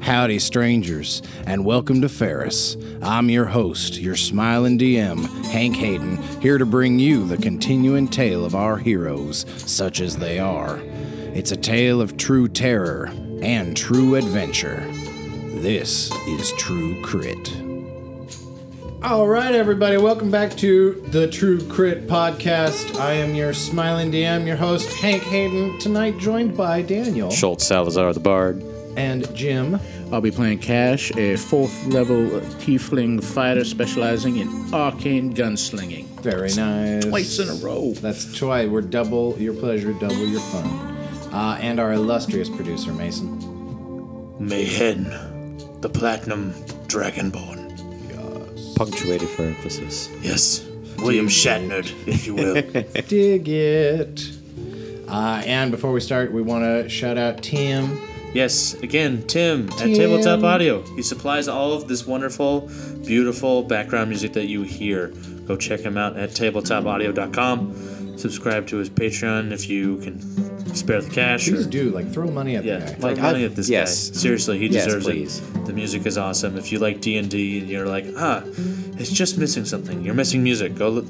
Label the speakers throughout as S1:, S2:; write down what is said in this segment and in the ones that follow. S1: Howdy, strangers, and welcome to Ferris. I'm your host, your smiling DM, Hank Hayden, here to bring you the continuing tale of our heroes, such as they are. It's a tale of true terror and true adventure. This is True Crit.
S2: All right, everybody, welcome back to the True Crit Podcast. I am your smiling DM, your host, Hank Hayden, tonight joined by Daniel
S3: Schultz Salazar the Bard.
S2: and Jim.
S4: I'll be playing Cash, a fourth level tiefling fighter specializing in arcane gunslinging.
S2: Very nice.
S4: Twice in a row.
S2: That's twice. We're double your pleasure, double your fun. Uh, and our illustrious producer, Mason.
S5: Mayhen, the Platinum Dragonborn.
S3: Punctuated for emphasis.
S5: Yes, William Shatnered, if you will.
S2: Dig it. Uh, and before we start, we want to shout out Tim.
S5: yes, again, Tim, at Tabletop Audio. He supplies all of this wonderful, beautiful background music that you hear. Go check him out at tabletopaudio.com. Subscribe to his Patreon if you can spare the cash.
S2: Please
S5: or-
S2: do, like, throw money at
S5: Yeah,
S2: the guy.
S5: like
S3: I've-
S5: money at this
S3: yes.
S5: guy. Seriously, he
S3: Yes,
S5: deserves
S3: please.
S5: it. The music is awesome. If you like D and D and you're like, ah, it's just missing something. You're missing music. Go look,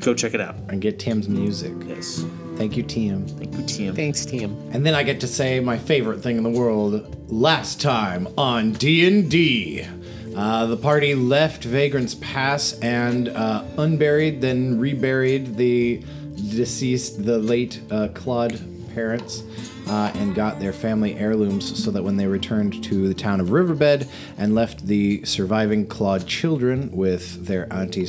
S5: go check it out.
S2: and get Tim's music.
S5: Yes.
S2: Thank you, Tim.
S5: Thank you, TM.
S3: Thanks, team.
S2: And then I get to say my favorite thing in the world. Last time on D&D, uh, the party left Vagrant's Pass and uh, unburied, then reburied the deceased, the late uh, Claude parents, uh, and got their family heirlooms so that when they returned to the town of Riverbed and left the surviving Claude children with their auntie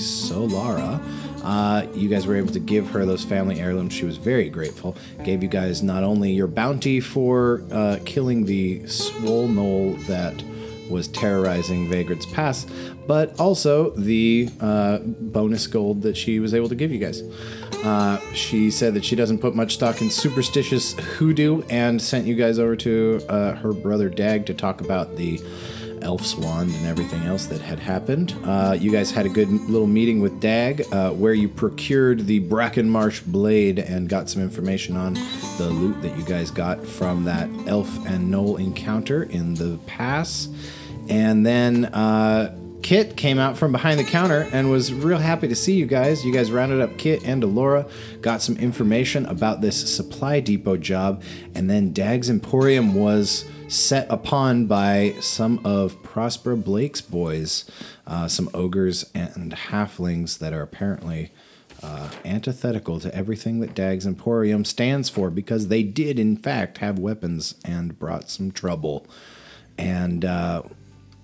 S2: Solara, uh, you guys were able to give her those family heirlooms. She was very grateful. Gave you guys not only your bounty for uh, killing the swole knoll that was terrorizing Vagrant's Pass, but also the uh, bonus gold that she was able to give you guys. Uh, she said that she doesn't put much stock in superstitious hoodoo and sent you guys over to uh, her brother Dag to talk about the Elf's Wand and everything else that had happened. Uh, you guys had a good little meeting with Dag uh, where you procured the Brackenmarsh blade and got some information on the loot that you guys got from that elf and knoll encounter in the pass. And then uh, Kit came out from behind the counter and was real happy to see you guys. You guys rounded up Kit and Delora, got some information about this supply depot job, and then Dag's Emporium was set upon by some of Prospero Blake's boys, uh, some ogres and halflings that are apparently uh, antithetical to everything that Dag's Emporium stands for because they did, in fact, have weapons and brought some trouble. And uh,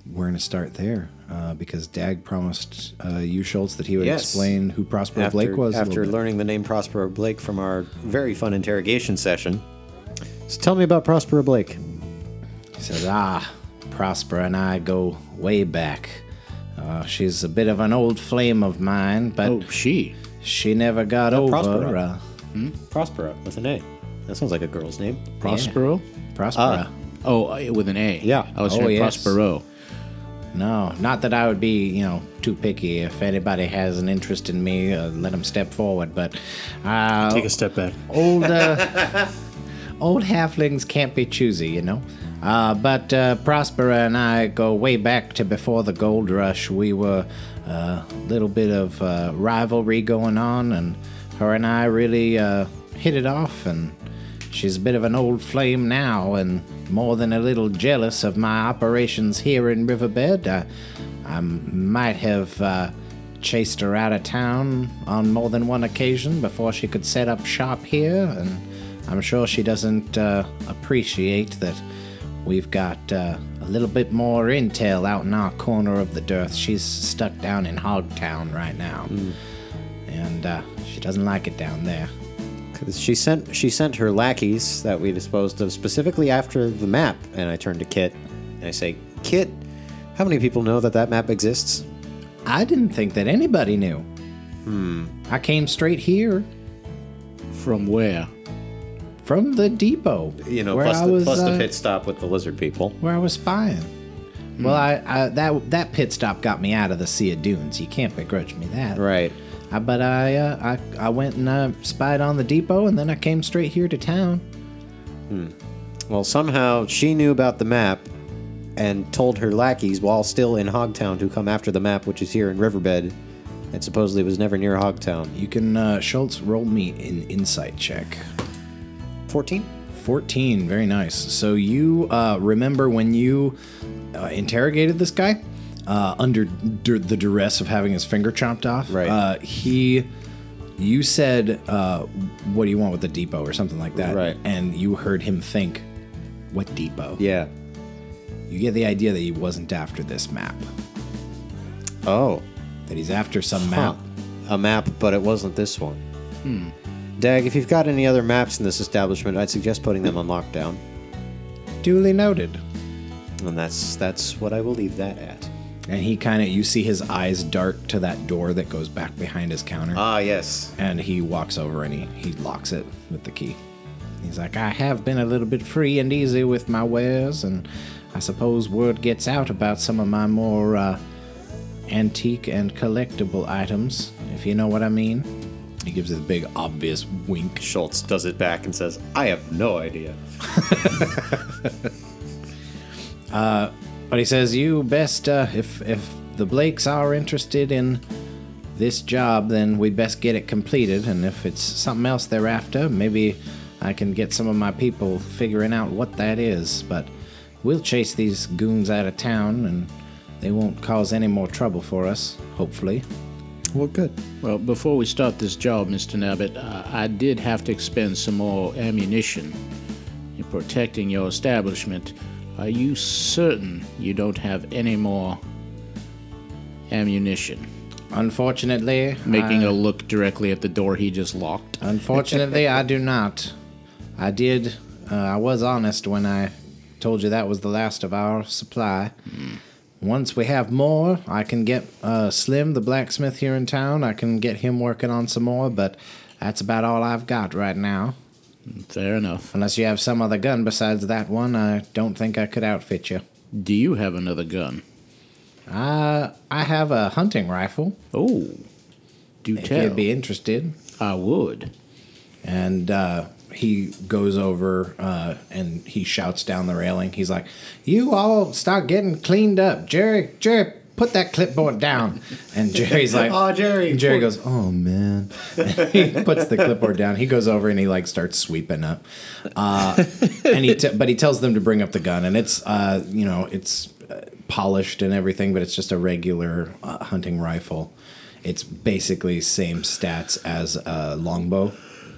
S2: we're going to start there uh, because Dag promised uh, you, Schultz, that he would
S3: Yes.
S2: explain who Prospero
S3: After,
S2: Blake was. a
S3: after
S2: little bit.
S3: learning the name Prospero Blake from our very fun interrogation session. So tell me about Prospero Blake.
S2: He says, Ah, Prosper and I go way back. Uh, she's a bit of an old flame of mine, but
S4: Oh, she.
S2: she never got over.
S3: Prospero.
S2: Uh,
S3: Prospero with an A. That sounds like a girl's name.
S4: Prospero?
S3: Ah.
S2: Prospera.
S4: Oh, uh, with an A.
S3: Yeah.
S4: I was
S2: Oh,
S4: saying
S2: yes.
S4: Prospero.
S2: No, not that I would be, you know, too picky. If anybody has an interest in me, uh, let them step forward. But uh,
S5: Take a step back.
S2: old uh, old halflings can't be choosy, you know. Uh, but uh, Prospera and I go way back to before the gold rush. We were a little bit of uh, rivalry going on, and her and I really uh, hit it off. And she's a bit of an old flame now, and more than a little jealous of my operations here in Riverbed. I, I might have. Uh, chased her out of town on more than one occasion before she could set up shop here, and I'm sure she doesn't uh, appreciate that we've got uh, a little bit more intel out in our corner of the dearth. She's stuck down
S3: Hmm.
S2: in Hogtown right now, and uh, she doesn't like it down there.
S3: She sent she sent her lackeys that we disposed of specifically after the map, and I turned to Kit and I say, "Kit, how many people know that that map exists?"
S2: I didn't think that anybody knew. Hmm. I came straight here
S4: From where?
S2: from the depot.
S3: You know,
S2: where
S3: plus
S2: I
S3: the,
S2: was,
S3: plus
S2: uh,
S3: the pit stop with the lizard people.
S2: where I was spying. Well, I, I that that pit stop got me out of the Sea of Dunes. You can't begrudge me that,
S3: Right.
S2: I, but I, uh, I I went and I spied on the depot, and then I came straight here to town.
S3: Well, somehow she knew about the map and told her lackeys while still in Hogtown to come after the map, which is here in Riverbed, and supposedly was never near Hogtown.
S2: You can uh, Schultz roll me an insight check.
S3: 14?
S2: 14 very nice so you uh, remember when you uh, interrogated this guy uh, under dur- the duress of having his finger chopped off
S3: Right.
S2: uh, he you said uh, what do you want with the depot or something like that
S3: Right.
S2: and you heard him think what depot
S3: Yeah.
S2: you get the idea that he wasn't after this map
S3: Oh.
S2: that he's after some
S3: Huh.
S2: map
S3: A map, but it wasn't this one. Hmm. Dag, if you've got any other maps in this establishment, I'd suggest putting them on lockdown.
S2: duly noted
S3: And that's that's what I will leave that at.
S2: and he kind of you see his eyes dart to that door that goes back behind his counter
S3: Ah, yes.
S2: and he walks over and he, he locks it with the key. He's like, I have been a little bit free and easy with my wares, and I suppose word gets out about some of my more uh, antique and collectible items, if you know what I mean. He gives this big, obvious wink.
S3: Schultz does it back and says, "I have no idea."
S2: But he says, "You best uh, if if the Blakes are interested in this job, then we best get it completed. And if it's something else they're after, maybe I can get some of my people figuring out what that is. But we'll chase these goons out of town, and they won't cause any more trouble for us. Hopefully."
S3: Well, good.
S4: Well, before we start this job, Mr. Nabbit, uh, I did have to expend some more ammunition in protecting your establishment. Are you certain you don't have any more ammunition?
S2: Unfortunately,
S4: Making a look directly at the door he just locked.
S2: Unfortunately, I do not. I did. Uh, I was honest when I told you that was the last of our supply. Once we have more, I can get uh, Slim, the blacksmith here in town. I can get him working on some more, but that's about all I've got right now.
S4: Fair enough.
S2: Unless you have some other gun besides that one, I don't think I could outfit you.
S4: Do you have another gun?
S2: I have a hunting rifle,
S4: Oh, do
S2: if
S4: tell.
S2: you'd be interested.
S4: I would.
S2: and uh, he goes over uh, and he shouts down the railing. He's like, "You all start getting cleaned up, Jerry. Jerry, put that clipboard down." And Jerry's like,
S3: Aw, Jerry.
S2: And Jerry goes, "Oh man." he puts the clipboard down. He goes over and he like starts sweeping up. Uh, and he t- but he tells them to bring up the gun, and it's uh, you know it's uh, polished and everything, but it's just a regular uh, hunting rifle. It's basically same stats as a longbow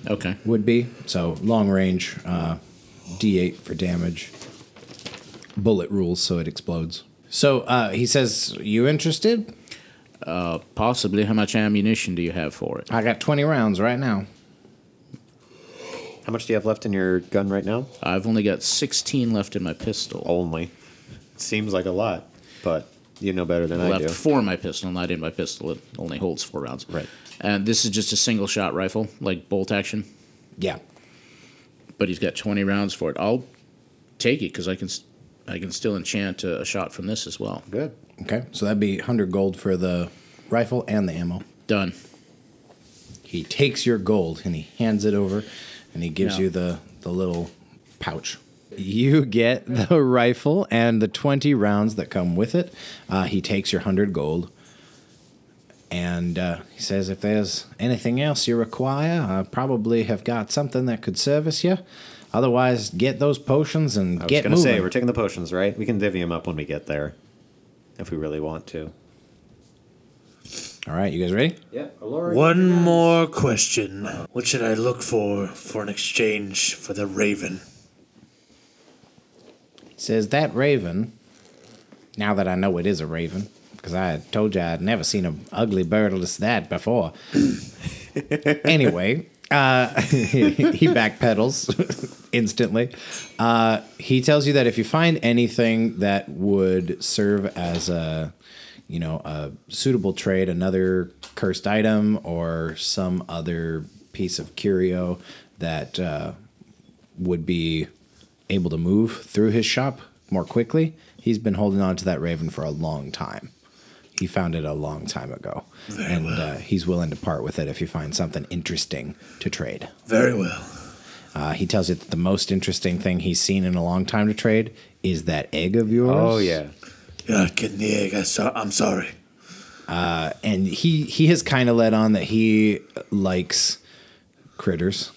S4: Okay.
S2: would be. So long range, uh, D8 for damage. Bullet rules, so it explodes. So uh, he says, "You interested?
S4: Possibly. How much ammunition do you have for it?
S2: I got 20 rounds right now.
S3: How much do you have left in your gun right now?
S4: I've only got 16 left in my pistol.
S3: Only. Seems like a lot, but you know better than I
S4: left
S3: do.
S4: for my pistol, not in my pistol. It only holds four rounds.
S3: Right.
S4: And this is just a single shot rifle, like bolt action.
S2: Yeah,
S4: But he's got 20 rounds for it. I'll take it because I can, s- I can still enchant a, a shot from this as well.
S3: Good.
S2: okay. So that'd be 100 gold for the rifle and the ammo.
S4: Done.
S2: He takes your gold and he hands it over, and he gives
S4: Yeah.
S2: you the the little pouch." You get the rifle and the 20 rounds that come with it. Uh, he takes your 100 gold. and uh, he says if there's anything else you require, I probably have got something that could service you. Otherwise, get those potions and
S3: I was
S2: get
S3: gonna
S2: moving.
S3: say we're taking the potions, right? We can divvy them up when we get there, if we really want to.
S2: All right, you guys ready?
S3: Yeah, Alora.
S5: One more question. What should I look for for an exchange for the raven?
S2: He says that raven. Now that I know it is a raven, because I had told you I'd never seen an ugly bird as that before. anyway, he backpedals instantly. Uh, he tells you that if you find anything that would serve as a, you know, a suitable trade, another cursed item or some other piece of curio that uh, would be able to move through his shop more quickly, he's been holding on to that raven for a long time. He found it a long time ago, and uh, he's willing to part with it if you find something interesting to trade.
S5: Very well.
S2: Uh, he tells you that the most interesting thing he's seen in a long time to trade is that egg of yours.
S3: Oh yeah.
S5: You're not getting the egg. I so- I'm sorry.
S2: and he he has kind of let on that he uh, likes critters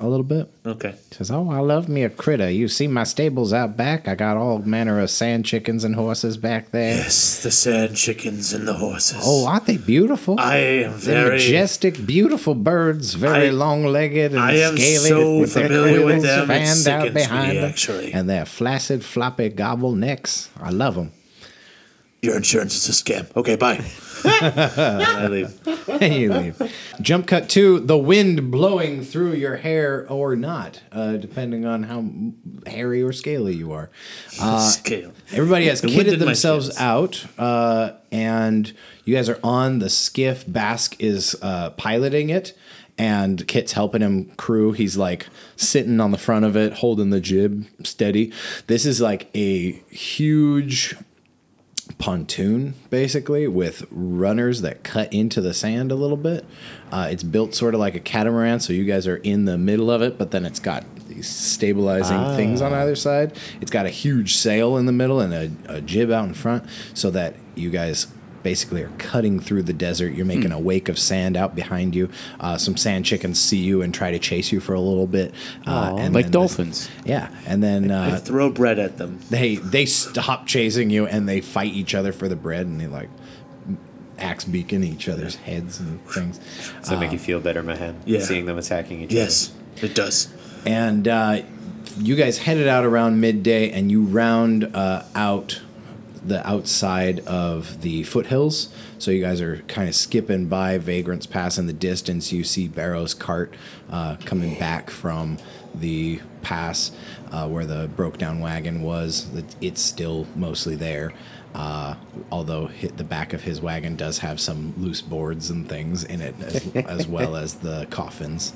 S2: a little bit.
S5: Okay.
S2: Says, "Oh, I love me a critter. You see my stables out back. I got all manner of sand chickens and horses back there.
S5: Yes, the sand chickens and the horses.
S2: Oh, aren't they beautiful?
S5: I am
S2: They're
S5: very.
S2: majestic, beautiful birds, very
S5: I-
S2: long-legged and
S5: I am
S2: scaly,
S5: so
S2: with their
S5: familiar
S2: quills
S5: with them, it
S2: fanned out
S5: sickens me,
S2: behind them,
S5: actually.
S2: and their flaccid, floppy gobble necks. I love them.
S5: Your insurance is a scam. Okay, bye. And I leave.
S2: and you leave. Jump cut to the wind blowing through your hair or not, uh, depending on how hairy or scaly you are.
S5: Scale.
S2: Everybody has
S5: The wind
S2: kitted
S5: in my
S2: themselves
S5: sails.
S2: out, uh, and you guys are on the skiff. Bask is uh, piloting it, and Kit's helping him crew. He's like sitting on the front of it, holding the jib steady. This is like a huge pontoon basically with runners that cut into the sand a little bit uh, it's built sort of like a catamaran so you guys are in the middle of it but then it's got these stabilizing things on either side it's got a huge sail in the middle and a, a jib out in front so that you guys basically are cutting through the desert you're making a wake of sand out behind you uh, some sand chickens see you and try to chase you for a little bit uh, and
S4: Like
S2: then this-
S4: dolphins.
S2: yeah and then uh,
S5: Throw bread at them.
S2: they they stop chasing you and they fight each other for the bread and they like axe beacon each other's heads and things
S3: Does
S2: Ah.
S3: that make you feel better, Mahan?
S5: Yeah.
S3: Seeing them attacking each
S5: Yes, it does.
S2: and uh, you guys headed out around midday and you round uh, out the outside of the foothills so you guys are kind of skipping by vagrants pass in the distance you see barrow's cart uh, coming back from the pass uh, where the broke down wagon was It- it's still mostly there uh, although hit the back of his wagon does have some loose boards and things in it as, as well as the coffins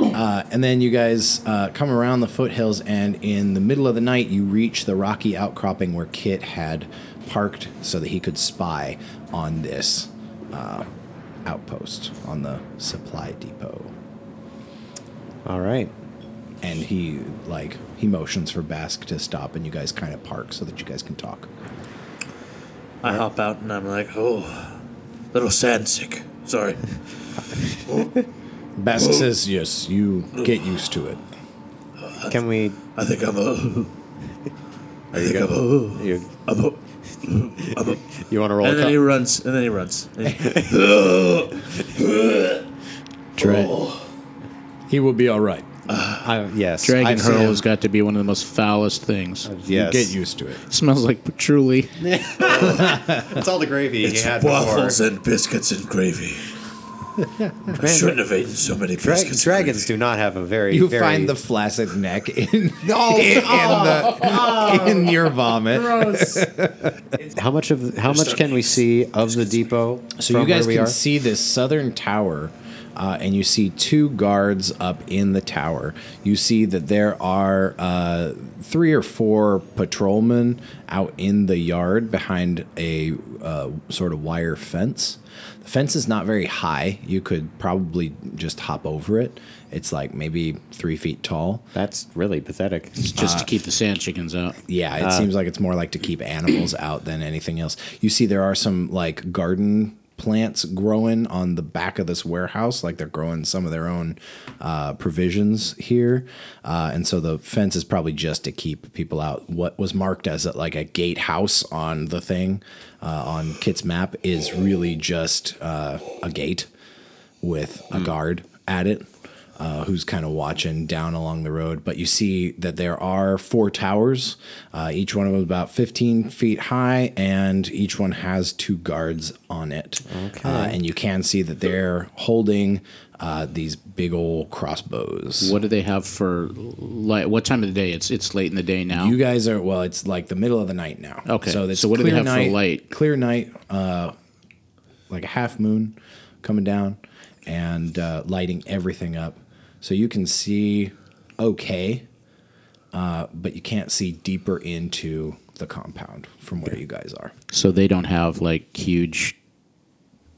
S2: uh, and then you guys uh, come around the foothills, and in the middle of the night, you reach the rocky outcropping where Kit had parked so that he could spy on this uh, outpost, on the supply depot.
S3: other. All right.
S2: And he like he motions for Basque to stop, and you guys kind of park so that you guys can talk.
S5: I hop out and I'm like, oh, little sand sick. Sorry.
S2: Basque says, "Yes, you get used to it."
S3: Can we?
S5: I think I'm a. I think I'm a.
S3: You,
S5: I'm a.
S3: you want to roll?
S5: And then he
S3: A
S5: runs. And then he runs.
S2: Right. He will be all right.
S3: co- I, yes.
S4: Dragon
S3: I've seen
S4: hurl
S3: him.
S4: has got to be one of the most foulest things.
S3: Yes.
S2: Get used to it.
S4: It smells like patchouli.
S3: It's all the gravy
S5: It's
S3: he had
S5: waffles
S3: before.
S5: and biscuits and gravy. I shouldn't have eaten so many
S3: Dra-
S5: biscuits. and
S3: dragons
S5: gravy.
S3: do not have a very.
S2: You
S3: very,
S2: find the flaccid neck in, in,
S3: Oh.
S2: the, in your vomit.
S3: How much of how much can we see of the depot?
S2: So
S3: from
S2: you guys
S3: where we
S2: can
S3: are?
S2: see this southern tower, uh, and you see two guards up in the tower. You see that there are uh, three or four patrolmen out in the yard behind a uh, sort of wire fence. The fence is not very high. You could probably just hop over it. It's like maybe three feet tall.
S3: That's really pathetic.
S4: Just to keep the sand chickens out.
S2: Yeah, it seems like it's more like to keep animals out than anything else. You see, there are some like garden plants growing on the back of this warehouse. Like they're growing some of their own uh, provisions here, uh, and so the fence is probably just to keep people out. What was marked as uh, like a gatehouse on the thing uh, on Kit's map is really just uh, a gate with a guard at it uh, who's kind of watching down along the road. But you see that there are four towers, uh, each one of them about 15 feet high, and each one has two guards on it. Okay. Uh, and you can see that they're holding uh, these big old crossbows.
S4: What do they have for light? What time of the day? It's it's late in the day now.
S2: You guys are well. It's like the middle of the night now.
S4: Okay.
S2: So, it's
S4: So what do they
S2: clear
S4: have for
S2: night,
S4: light?
S2: Clear night, uh, like a half moon coming down and uh, lighting everything up, so you can see okay, uh, but you can't see deeper into the compound from where you guys are.
S4: so they don't have like huge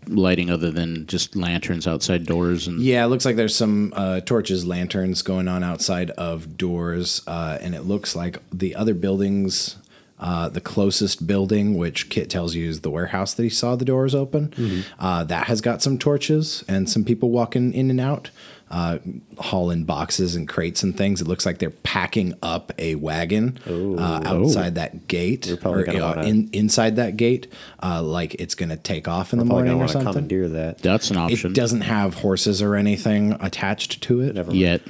S4: lighting other than just lanterns outside doors
S3: Um,
S4: and
S2: Yeah, it looks like there's some uh, torches, lanterns going on outside of doors, uh, and it looks like the other buildings. Uh, the closest building, which Kit tells you is the warehouse that he saw the doors open,
S3: Mm-hmm.
S2: uh, that has got some torches and some people walking in and out, uh, hauling boxes and crates and things. It looks like they're packing up a wagon uh, outside that gate,
S3: Oh, probably
S2: or
S3: gonna
S2: uh,
S3: wanna-
S2: in, inside that gate, uh, like it's going to take off in the
S3: Probably
S2: morning
S3: gonna
S2: or
S3: want to
S2: something.
S3: commandeer that.
S4: that's an option.
S2: It doesn't have horses or anything attached to it.
S4: yet.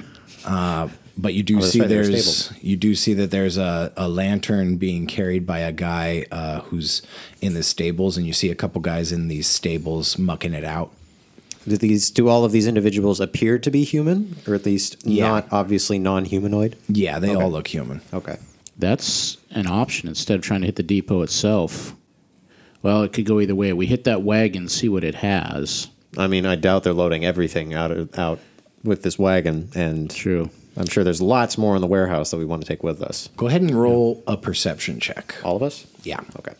S2: But you do
S3: that's
S2: see
S3: right, they're
S2: there's
S3: stable.
S2: you do see that there's a, a lantern being carried by a guy uh, who's in the stables, and you see a couple guys in these stables mucking it out.
S3: Do these do all of these individuals appear to be human, or at least
S2: Yeah.
S3: not obviously non-humanoid?
S2: Yeah, they all look human.
S3: Okay.
S4: That's an option instead of trying to hit the depot itself. Well, it could go either way. We hit that wagon, see what it has.
S3: I mean, I doubt they're loading everything out of, out with this wagon, and
S4: True.
S3: I'm sure there's lots more in the warehouse that we want to take with us.
S2: Go ahead and roll a perception check.
S3: All of us?
S2: Yeah.
S3: Okay.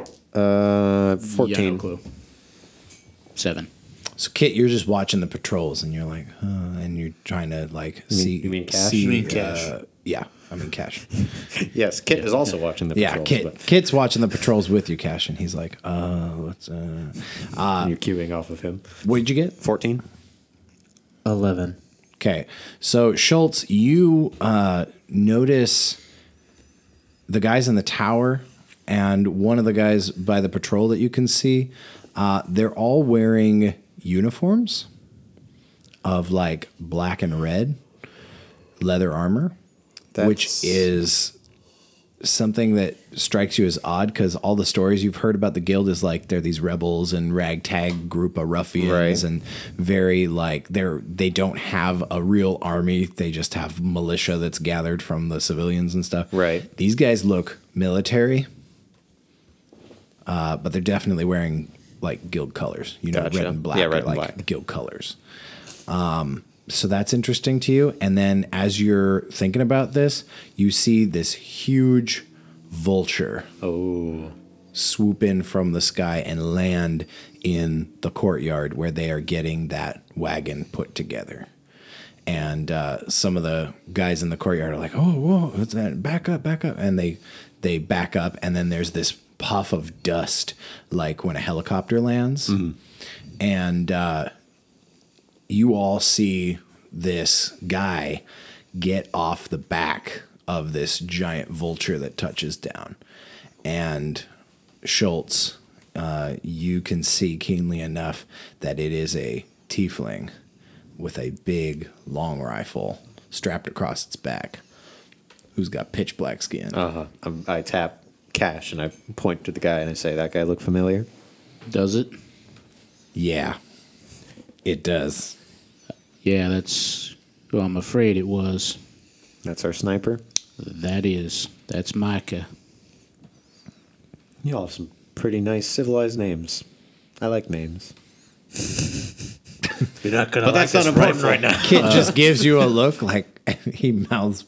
S3: Uh,
S4: Yeah, no
S3: fourteen.
S4: clue. Seven.
S2: So Kit, you're just watching the patrols, and you're like, huh, and you're trying to like see.
S3: you mean cash?
S2: see,
S3: You
S5: mean cash.
S2: uh, yeah, I mean cash.
S3: yes, Kit is also watching the
S2: Yeah,
S3: patrols,
S2: Kit.
S3: but
S2: Kit's watching the patrols with you, Cash, and he's like, "Uh, what's uh,
S3: you're queuing off of him.
S2: what'd you get?"
S3: Fourteen.
S5: Eleven.
S2: Okay. So Schultz, you uh, notice the guys in the tower and one of the guys by the patrol that you can see. Uh, they're all wearing uniforms of like black and red leather armor, which
S3: That's-
S2: is something that strikes you as odd because all the stories you've heard about the guild is like they're these rebels and ragtag group of ruffians
S3: Right.
S2: and very like they're they don't have a real army they just have militia that's gathered from the civilians and stuff
S3: Right.
S2: these guys look military uh, but they're definitely wearing like guild colors you know red
S3: Gotcha.
S2: and black
S3: Yeah,
S2: are,
S3: red and
S2: like
S3: black.
S2: guild colors Um, so that's interesting to you. And then as you're thinking about this, you see this huge vulture.
S3: Oh.
S2: Swoop in from the sky and land in the courtyard where they are getting that wagon put together. And uh, some of the guys in the courtyard are like, "Oh, whoa! What's that? Back up! Back up!" And they they back up, and then there's this puff of dust, like when a helicopter lands, and uh, you all see this guy get off the back of this giant vulture that touches down. And Schultz, uh, you can see keenly enough that it is a tiefling with a big long rifle strapped across its back who's got pitch black skin.
S3: Um, I tap cash and I point to the guy and I say, "That guy look familiar."
S4: Does it?
S2: Yeah, it does.
S4: Yeah, that's. Well, I'm afraid it was.
S3: That's our sniper.
S4: That is. That's Micah.
S3: You all have some pretty nice civilized names. I like names.
S5: You're not gonna. But like that's not important right now.
S2: Kit just gives you a look like he mouths,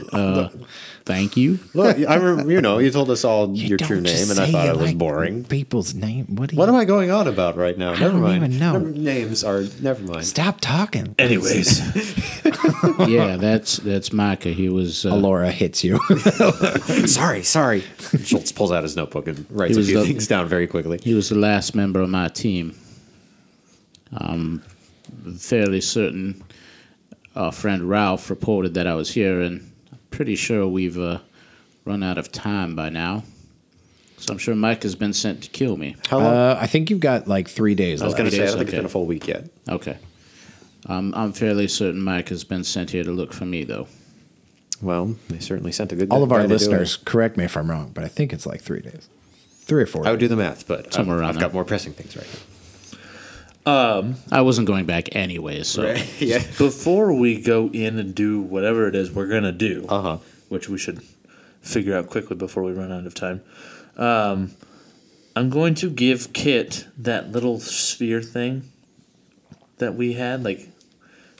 S2: What
S4: Thank you.
S3: Look, I remember, you know, you told us all your
S2: Don't
S3: true
S2: just
S3: name, and I
S2: say
S3: thought
S2: you
S3: it was
S2: like
S3: boring.
S2: People's name. What, do you
S3: What am I going on about right now? never
S2: don't
S3: mind.
S2: even know.
S3: Never- names are never mind.
S2: Stop talking.
S5: Anyways,
S4: yeah, that's that's Micah. He was. Uh,
S2: Laura hits you.
S3: sorry, sorry. Schultz pulls out his notebook and writes
S4: He
S3: a
S4: was
S3: few
S4: the-
S3: things down very quickly.
S4: He was the last member of my team. I'm fairly certain our friend Ralph reported that I was here, and I'm pretty sure we've uh, run out of time by now. So I'm sure Mike has been sent to kill me.
S3: How long?
S2: uh, I think you've got like three days
S3: I was
S2: left.
S3: going to say, I don't think
S4: okay.
S3: it's been a full week yet.
S4: Okay. Um, I'm fairly certain Mike has been sent here to look for me, though.
S3: Well, they certainly sent a good.
S2: All of
S3: guy
S2: our
S3: to do it.
S2: listeners, correct me if I'm wrong, but I think it's like three days, three or four.
S3: I would do the math, but
S4: Somewhere
S3: I've,
S4: around
S3: I've
S4: there.
S3: got more pressing things right now.
S4: I wasn't going back anyway, so
S3: yeah.
S5: Before we go in and do whatever it is we're gonna do, uh-huh. which we should figure out quickly before we run out of time, um, I'm going to give Kit that little sphere thing that we had, like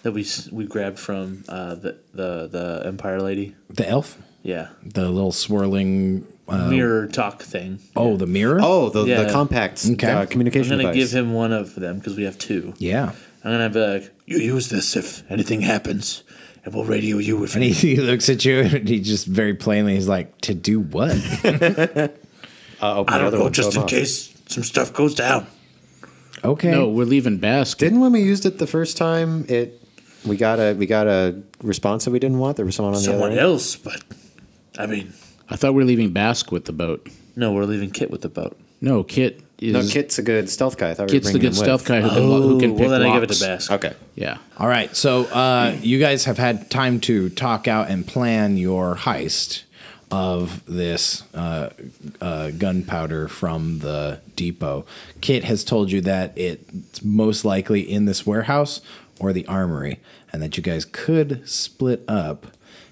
S5: that we s- we grabbed from uh, the the the Empire Lady.
S2: The elf?
S5: Yeah,
S2: The little swirling. Uh,
S5: mirror talk thing.
S2: oh, the mirror?
S3: Oh, the,
S5: Yeah.
S3: the compact
S2: Okay.
S3: uh,
S5: I'm
S3: communication
S5: gonna
S3: device.
S5: give him one of them because we have two.
S2: Yeah.
S5: I'm gonna be like, you use this if anything happens, and we'll radio you if
S2: And he, he looks at you and he just very plainly is like, to do what?
S3: uh, open the
S5: I don't
S3: other
S5: know,
S3: one,
S5: just
S3: show
S5: in
S3: him off.
S5: case some stuff goes down.
S2: Okay.
S4: no, we're leaving Basque.
S3: Didn't when we used it the first time, it we got a we got a response that we didn't want. There was someone on the
S5: Someone
S3: other. end.
S5: else, but I mean,
S4: I thought we were leaving Basque with the boat.
S5: no, we're leaving Kit with the boat.
S4: No, Kit is
S3: No, Kit's a good stealth guy. I thought we were
S4: Kit's the
S3: bringing
S4: good
S3: him with.
S4: stealth guy who can, lo- who
S3: Oh,
S4: can pick
S5: Oh, well, then I give it
S4: locks.
S5: to Bask.
S3: Okay.
S4: Yeah,
S2: All right. So uh, you guys have had time to talk out and plan your heist of this uh, uh, gunpowder from the depot. Kit has told you that it's most likely in this warehouse or the armory, and that you guys could split up.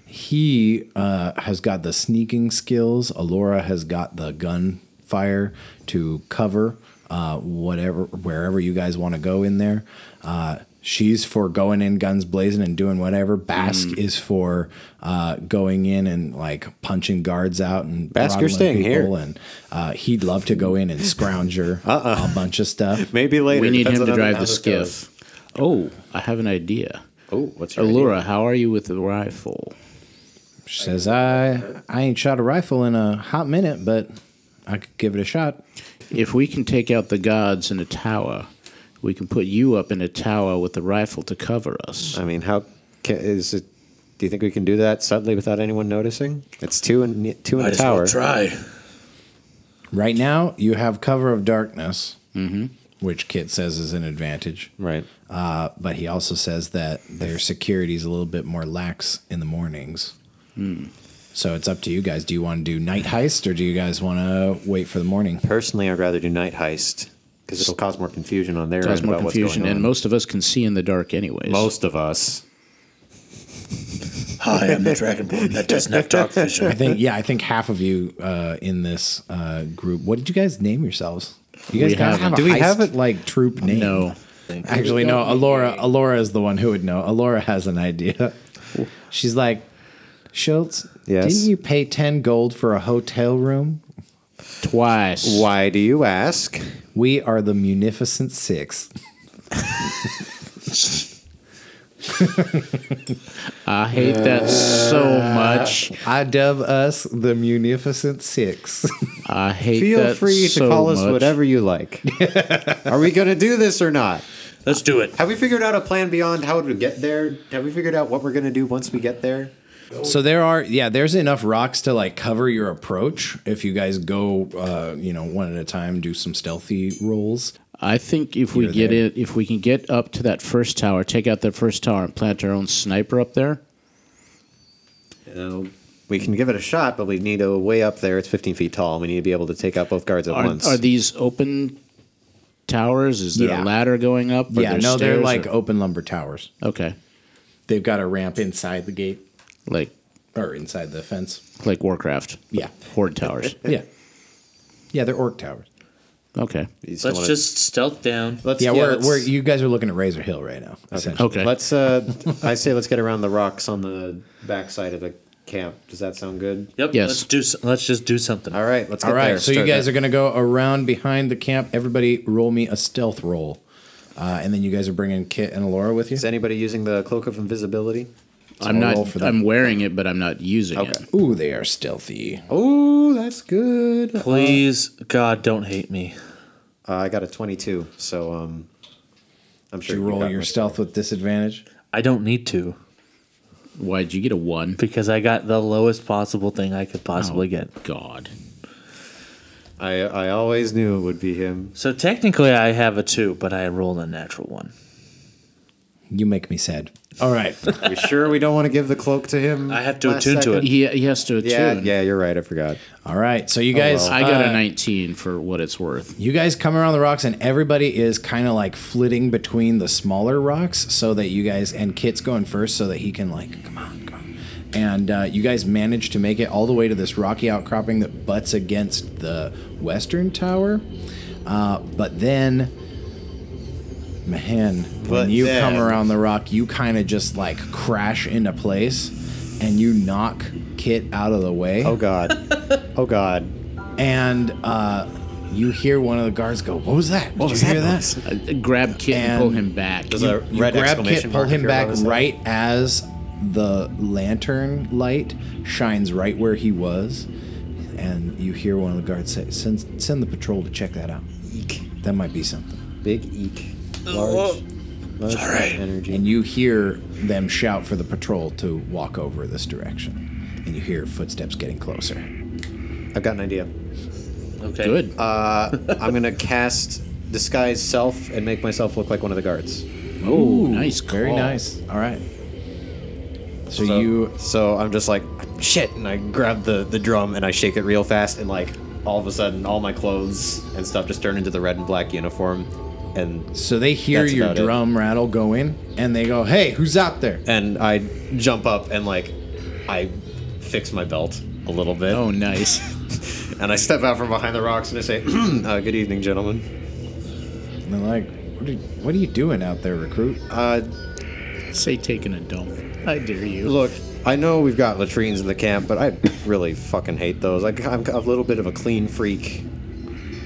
S2: He uh, has got the sneaking skills. Alora has got the gunfire to cover uh, whatever wherever you guys want to go in there. Uh, she's for going in guns blazing and doing whatever. Basque
S3: Mm.
S2: is for uh, going in and like punching guards out and
S3: Basque, you're
S2: throttling
S3: staying
S2: people.
S3: here.
S2: And uh, he'd love to go in and scrounge her a bunch of stuff.
S3: Maybe later.
S4: we need
S3: Depends
S4: him
S3: on
S4: to
S3: how
S4: drive
S3: how
S4: the
S3: this
S4: skiff. Oh, I have an idea.
S3: goes. Oh, what's your
S4: Allura, how are you with the rifle?
S2: She says, "I I ain't shot a rifle in a hot minute, but I could give it a shot."
S4: If we can take out the gods in a tower, we can put you up in a tower with the rifle to cover us.
S3: I mean, how ca is it? Do you think we can do that suddenly without anyone noticing? It's two and two in
S5: Might
S3: a
S5: as well
S3: tower.
S5: try.
S2: Right now, you have cover of darkness, which Kit says is an advantage.
S3: Right.
S2: Uh, but he also says that their security is a little bit more lax in the mornings. So it's up to you guys. Do you want to do night heist or do you guys want to wait for the morning?
S3: Personally, I'd rather do night heist because it'll cause more confusion on their
S4: Cause
S3: end
S4: more
S3: about
S4: confusion,
S3: what's going
S4: and
S3: on.
S4: most of us can see in the dark, anyways.
S3: most of us.
S5: Hi, I'm the Dragonborn that doesn't have dark
S2: I
S5: vision.
S2: think yeah, I think half of you uh, in this uh, group. What did you guys name yourselves? You guys
S4: We
S2: gotta
S4: haven't.
S2: a
S4: Do we
S2: heist,
S4: have it?
S2: like troop name?
S4: No.
S2: Actually, no. Alora, Alora is the one who would know. Alora has an idea. She's like, Schultz.
S3: Yes?
S2: Didn't you pay ten gold for a hotel room?
S4: twice.
S3: Why do you ask?
S2: We are the Munificent Six.
S4: I hate that so much.
S2: I dub us the Munificent Six.
S4: I hate
S3: Feel
S4: that
S3: free to
S4: so
S3: call us
S4: much.
S3: whatever you like. Are we going to do this or not?
S5: Let's do it.
S3: Have we figured out a plan beyond how to get there? Have we figured out what we're going to do once we get there?
S2: So there are yeah, there's enough rocks to like cover your approach if you guys go uh, you know, one at a time, do some stealthy rolls.
S4: I think if we
S2: You're
S4: get
S2: there.
S4: it, if we can get up to that first tower, take out that first tower, and plant our own sniper up there.
S3: We can give it a shot, but we need a way up there. It's 15 feet tall. We need to be able to take out both guards at
S4: Are,
S3: once.
S4: are these open towers? Is there
S2: Yeah.
S4: a ladder going up? Are
S2: yeah,
S4: there
S2: no, they're
S4: stairs
S2: like
S4: or-
S2: open lumber towers.
S4: okay,
S2: They've got a ramp inside the gate
S4: like
S2: or inside the fence.
S4: like Warcraft.
S2: Yeah.
S4: horde towers.
S2: Yeah. Yeah, they're orc towers.
S4: Okay,
S3: You still
S5: Let's
S3: wanna-
S5: just stealth down.
S3: Let's,
S2: Yeah, we're,
S3: let's-
S2: we're you guys are looking at Razor Hill right now. Essentially.
S4: okay.
S3: Let's. Uh, I say let's get around the rocks on the backside of the camp. Does that sound good?
S5: Yep.
S4: Yes.
S5: Let's do. s- Let's just do something.
S3: All right. Let's. Get
S2: All right,
S3: There.
S2: so you
S3: Start
S2: guys
S3: that.
S2: are going to go around behind the camp. Everybody roll me a stealth roll. Uh, and then you guys are bringing Kit and Alora with you.
S3: Is anybody using the cloak of invisibility?
S4: I'm
S2: I'll roll
S4: not.
S2: for that.
S4: I'm wearing it, but I'm not using
S3: Okay.
S4: it.
S2: Ooh, they are stealthy.
S3: Oh, that's good. Uh,
S5: Please, God, don't hate me.
S3: I got a 22, so um, I'm sure
S2: Did you
S3: you
S2: roll
S3: got
S2: your
S3: much
S2: stealth with disadvantage?
S5: I don't need to
S4: Why'd you get a one? Oh,
S5: because I got the lowest possible thing I could possibly get.
S4: God.
S3: I I always knew it would be him.
S5: So technically, I have a two, but I rolled a natural one.
S1: You make me sad.
S2: All right.
S3: Are we sure we don't want to give the cloak to him?
S5: I have to
S3: last
S5: attune to it.
S4: He, he has to attune.
S3: Yeah, yeah, you're right. I forgot.
S2: All right. So
S3: Oh,
S2: you guys,
S4: I got
S2: uh,
S4: a 19 for what it's worth.
S2: You guys come around the rocks, and everybody is kind of like flitting between the smaller rocks, so that you guys and Kit's going first, so that he can like come on, come on. And uh, you guys manage to make it all the way to this rocky outcropping that butts against the western tower. Uh, but then, man, when
S3: But
S2: you
S3: then-
S2: come around the rock, you kind of just like crash into place, and you knock Kit out of the way
S3: Oh god. oh god.
S2: and uh, you hear one of the guards go, "What was that? Did you hear that?"
S4: Uh, grab Kit and,
S2: And-
S4: pull him back.
S3: Does a
S2: You
S3: red
S2: grab
S3: exclamation
S2: Kit, pull
S3: mark
S2: him
S3: appear
S2: back
S3: above his head?
S2: right as the lantern light shines right where he was, and you hear one of the guards say, "Send send the patrol to check that out. That might be something."
S3: Big eek.
S5: Oh,
S3: Large. Large energy.
S2: And you hear them shout for the patrol to walk over this direction, and you hear footsteps getting closer.
S3: I've got an idea.
S5: Okay.
S4: Good.
S3: I'm gonna cast disguise self and make myself look like one of the guards.
S4: oh, nice call.
S2: Very nice. All right. so you
S3: So I'm just like shit, and I grab the the drum and I shake it real fast, and like all of a sudden, all my clothes and stuff just turn into the red and black uniform, and
S2: So they hear
S3: That's
S2: your
S3: about it.
S2: drum rattle going, and they go, "Hey, who's out there?"
S3: and I jump up and like I fix my belt a little bit,
S4: Oh, nice.
S3: and I step out from behind the rocks and I say, uh, "Good evening, gentlemen."
S2: And they're like, "What are, what are you doing out there, recruit?"
S3: Uh,
S4: Say taking a dump. I dare you.
S3: Look, I know we've got latrines in the camp, but I really fucking hate those. I, I'm a little bit of a clean freak.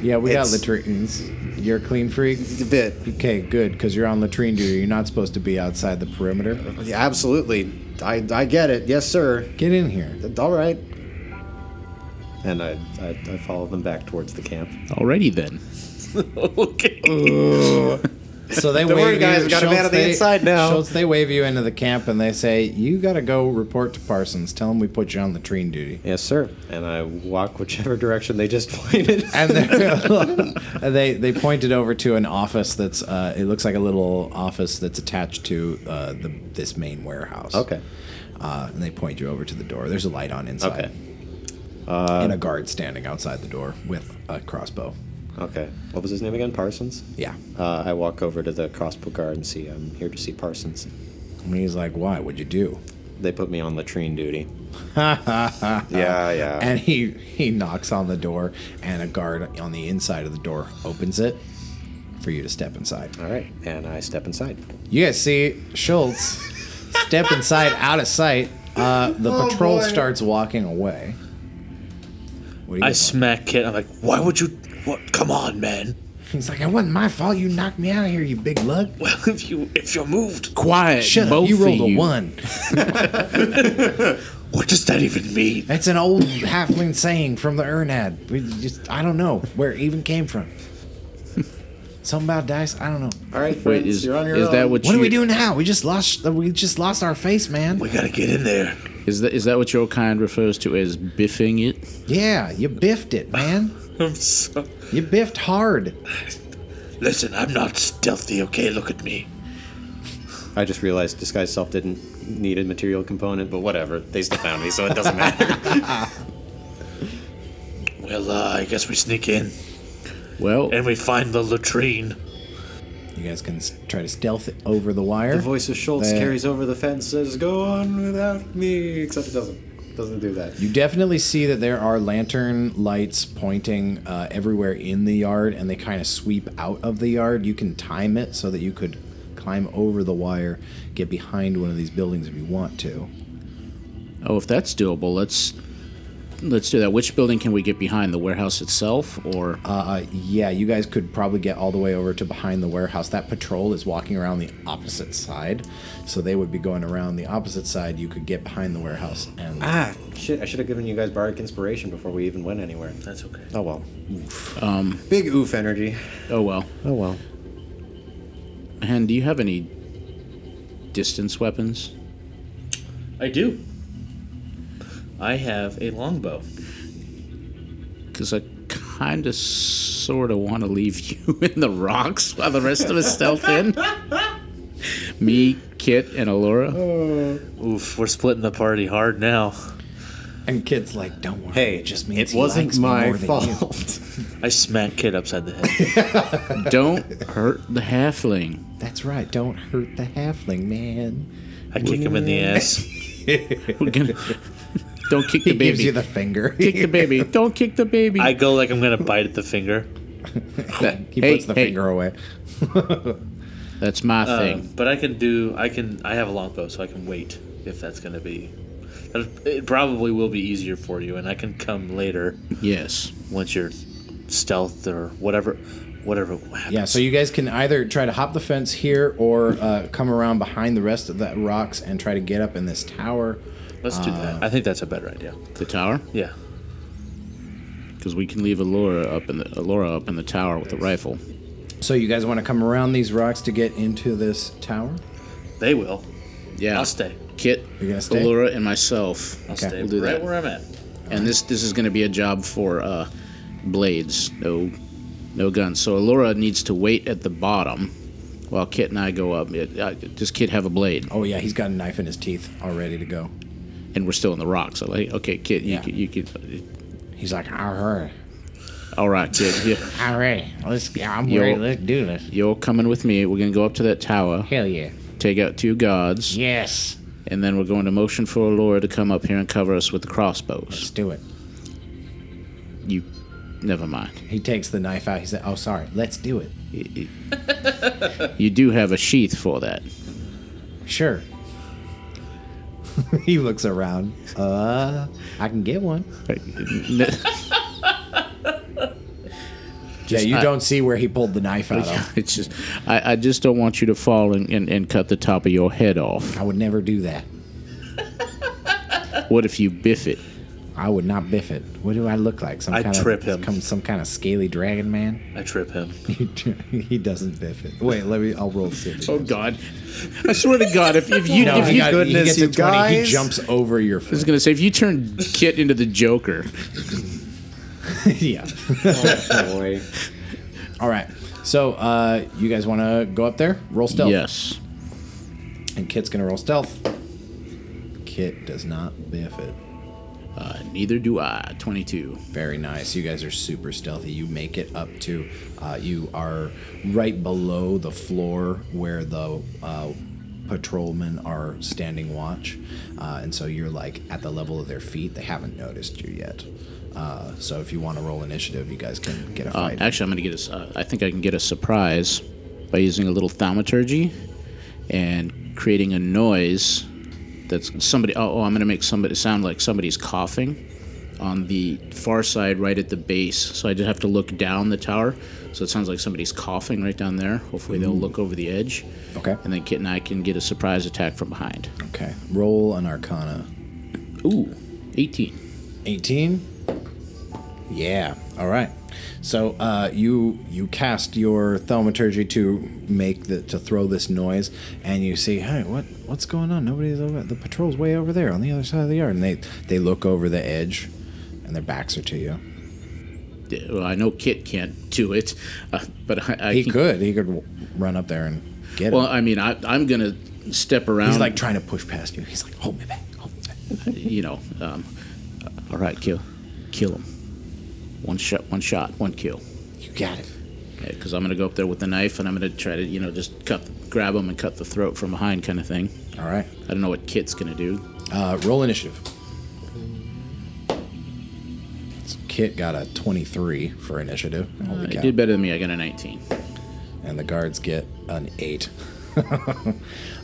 S2: yeah, we got
S3: it's-
S2: latrines. You're a clean freak.
S3: A bit.
S2: Okay, good, because you're on latrine duty. You're not supposed to be outside the perimeter.
S3: Yeah, absolutely. I, I get it. Yes, sir.
S2: Get in here.
S3: All right. And I, I, I follow them back towards the camp.
S4: Alrighty then.
S2: So they
S3: Don't
S2: wave
S3: worry, guys,
S2: you.
S3: we got a man on the
S2: they,
S3: inside now.
S2: Schultz, they wave you into the camp, and they say, "You got to go report to Parsons. Tell him we put you on latrine duty."
S3: Yes, sir. And I walk whichever direction they just pointed.
S2: and they're- they they pointed over to an office that's uh, it looks like a little office that's attached to uh, the this main warehouse.
S3: okay.
S2: Uh, and they point you over to the door. There's a light on inside.
S3: Okay.
S4: Oh.
S2: and a guard standing outside the door with a crossbow.
S3: Okay. What was his name again? Parsons?
S2: Yeah.
S3: Uh, I walk over to the crossbow guard and see I'm here to see Parsons.
S2: And he's like, "Why? What'd you do?"
S3: They put me on latrine duty. Uh, yeah, yeah.
S2: And he he knocks on the door, and a guard on the inside of the door opens it for you to step inside.
S3: All right, and I step inside.
S2: You guys see Schultz step inside out of sight. Uh, the
S4: Oh,
S2: patrol starts walking away. What do you
S5: I
S2: guys want?
S5: smack Kit. I'm like, why would you? What? Come on, man.
S2: He's like, it wasn't my fault. You knocked me out of here, you big lug.
S5: Well, if you if you're moved,
S4: Quiet.
S2: Shut
S4: both
S2: up. You rolled
S4: of
S2: a
S4: you.
S2: one.
S5: what does that even mean?
S2: That's an old halfling saying from the Urnad. We just, I don't know where it even came from. Something about dice. I don't know.
S3: All right,
S4: Wait,
S3: friends,
S4: is,
S3: you're on your
S4: is
S3: own.
S4: that what,
S2: What
S4: you
S2: do we do now? We just lost. We just lost our face, man.
S5: We gotta get in there.
S4: Is that is that what your kind refers to as biffing it?
S2: Yeah, you biffed it, man.
S5: I'm so.
S2: You biffed hard.
S5: Listen, I'm not stealthy. Okay, look at me.
S3: I just realized disguise self didn't need a material component, but whatever. They still found me, so it doesn't matter.
S5: Well, uh, I guess we sneak in
S4: Well,
S5: and we find the latrine.
S2: You guys can s- try to stealth it over the wire.
S3: the voice of Schultz
S2: There.
S3: carries over the fence, says, "Go on without me," except it doesn't. Doesn't do that.
S2: You definitely see that there are lantern lights pointing uh, everywhere in the yard, and they kind of sweep out of the yard. You can time it so that you could climb over the wire, get behind one of these buildings if you want to.
S4: oh, if that's doable, let's let's do that. Which building can we get behind? The warehouse itself, or
S2: Uh, yeah, you guys could probably get all the way over to behind the warehouse. That patrol is walking around the opposite side, so they would be going around the opposite side. You could get behind the warehouse and.
S3: Ah, shit! I should have given you guys bardic inspiration before we even went anywhere.
S5: That's okay.
S3: Oh well. Um. Big oof energy.
S4: oh well.
S3: Oh well.
S4: And do you have any distance weapons?
S5: I do. I have a longbow.
S4: Because I kind of sort of want to leave you in the rocks while the rest of us stealth in. me, Kit, and
S2: Oh.
S4: Alora.
S5: Oof, we're splitting the party hard now.
S2: And kid's like, don't worry.
S3: Hey,
S2: it just means
S3: it
S2: he
S3: wasn't
S2: likes me
S3: my
S2: more than you."
S5: I smacked Kid upside the head.
S4: Don't hurt the halfling.
S2: That's right. Don't hurt the halfling, man.
S5: I kick him in the ass.
S4: We're gonna. Don't kick
S2: He
S4: the baby.
S2: gives you the finger.
S4: kick the baby. Don't kick the baby.
S5: I go like I'm gonna bite at the finger,
S2: he
S4: Hey,
S2: puts the
S4: hey.
S2: finger Uh. away.
S4: That's my
S5: um,
S4: thing.
S5: but I can do. I can. I have a longbow, so I can wait if that's gonna be. that- It probably will be easier for you, and I can come later
S4: Yes.
S5: once you're stealth or whatever, whatever happens.
S2: Yeah, so you guys can either try to hop the fence here or uh, come around behind the rest of the rocks and try to get up in this tower.
S5: Let's do that.
S4: uh,
S5: I think that's a better idea.
S4: The tower,
S5: Yeah.
S4: because we can leave Alora up in the Alora up in the tower with the rifle.
S2: So you guys want to come around these rocks to get into this tower?
S5: They will.
S4: Yeah.
S5: I'll stay.
S4: Kit,
S2: You're gonna stay?
S4: Alora, and myself.
S5: I'll stay
S4: We'll do
S5: right
S4: that.
S5: where I'm at.
S4: And this this is going to be a job for uh, blades. No, no guns. So Alora needs to wait at the bottom, while Kit and I go up. It, uh, does Kit have a blade?
S2: Oh, yeah, he's got a knife in his teeth all ready to go.
S4: And we're still in the rocks. So like, okay, Kit, you
S2: Yeah.
S4: can, you can.
S2: He's like, all right,
S4: All right, Kit. Yeah.
S2: all right, let's, I'm
S4: Yo.
S2: ready, let's do this.
S4: You're coming with me. We're gonna go up to that tower,
S2: Hell yeah.
S4: take out two guards,
S2: Yes.
S4: and then we're going to motion for Alora to come up here and cover us with the crossbows.
S2: Let's do it.
S4: You, never mind.
S2: He takes the knife out. He said, oh, sorry, let's do it.
S4: You do have a sheath for that.
S2: Sure. he looks around. Uh, I can get one. yeah, you don't see where he pulled the knife out of.
S4: It's just, I, I just don't want you to fall and, and, and cut the top of your head off.
S2: I would never do that.
S4: What if you biff it?
S2: I would not biff it. What do I look like? Some
S5: I'd
S2: kind
S5: trip
S2: of,
S5: him.
S2: Some, some kind of scaly dragon man?
S5: I trip him.
S2: he doesn't biff it. Wait, let me. I'll roll to see. if he-
S4: Oh God! I swear to God, if, if you
S2: No,
S4: if
S2: he,
S4: you
S2: got,
S4: goodness,
S2: he gets a
S3: you
S2: 20.
S3: guys.
S2: He jumps over your
S4: I was
S2: foot.
S4: gonna say if you turn Kit into the Joker,
S2: yeah.
S3: Boy.
S2: All right. So, uh, you guys want to go up there? Roll stealth.
S4: yes,
S2: And Kit's going to roll stealth. Kit does not biff it.
S4: uh, neither do I. Twenty-two.
S2: Very nice. You guys are super stealthy. You make it up to, uh, you are right below the floor where the uh, patrolmen are standing watch. Uh, and so you're like at the level of their feet. They haven't noticed you yet. Uh, so if you want to roll initiative, you guys can get a
S4: Uh,
S2: fight.
S4: actually, I'm gonna get a s Uh, I think I can get a surprise by using a little thaumaturgy and creating a noise that's somebody. Oh, oh I'm gonna make somebody sound like somebody's coughing on the far side, right at the base. So I just have to look down the tower. So it sounds like somebody's coughing right down there. Hopefully they'll look over the edge.
S2: okay.
S4: And then Kit and I can get a surprise attack from behind.
S2: Okay. Roll an arcana.
S4: Ooh, 18.
S2: 18 yeah all right so uh, you you cast your thaumaturgy to make the to throw this noise and you see hey what what's going on nobody's over the patrol's way over there on the other side of the yard and they they look over the edge and their backs are to you
S4: Yeah, Well, I know Kit can't do it, uh, but I, I
S2: he
S4: can-
S2: could he could w- run up there and get
S4: Well,
S2: him
S4: I mean, I, I'm gonna step around.
S2: he's like trying to push past you he's like hold me back hold me back
S4: you know, um, all right, kill, kill him. One shot, one shot, one kill.
S2: you got it
S4: Because I'm gonna go up there with the knife and I'm gonna try to, you know, just cut, grab him and cut the throat from behind, kind of thing.
S2: all right
S4: I don't know what Kit's gonna do.
S2: uh, roll initiative Kit got a 23 for initiative. Holy
S4: He
S2: cow.
S4: Uh, did better than me. I got a 19.
S2: and the guards get an eight.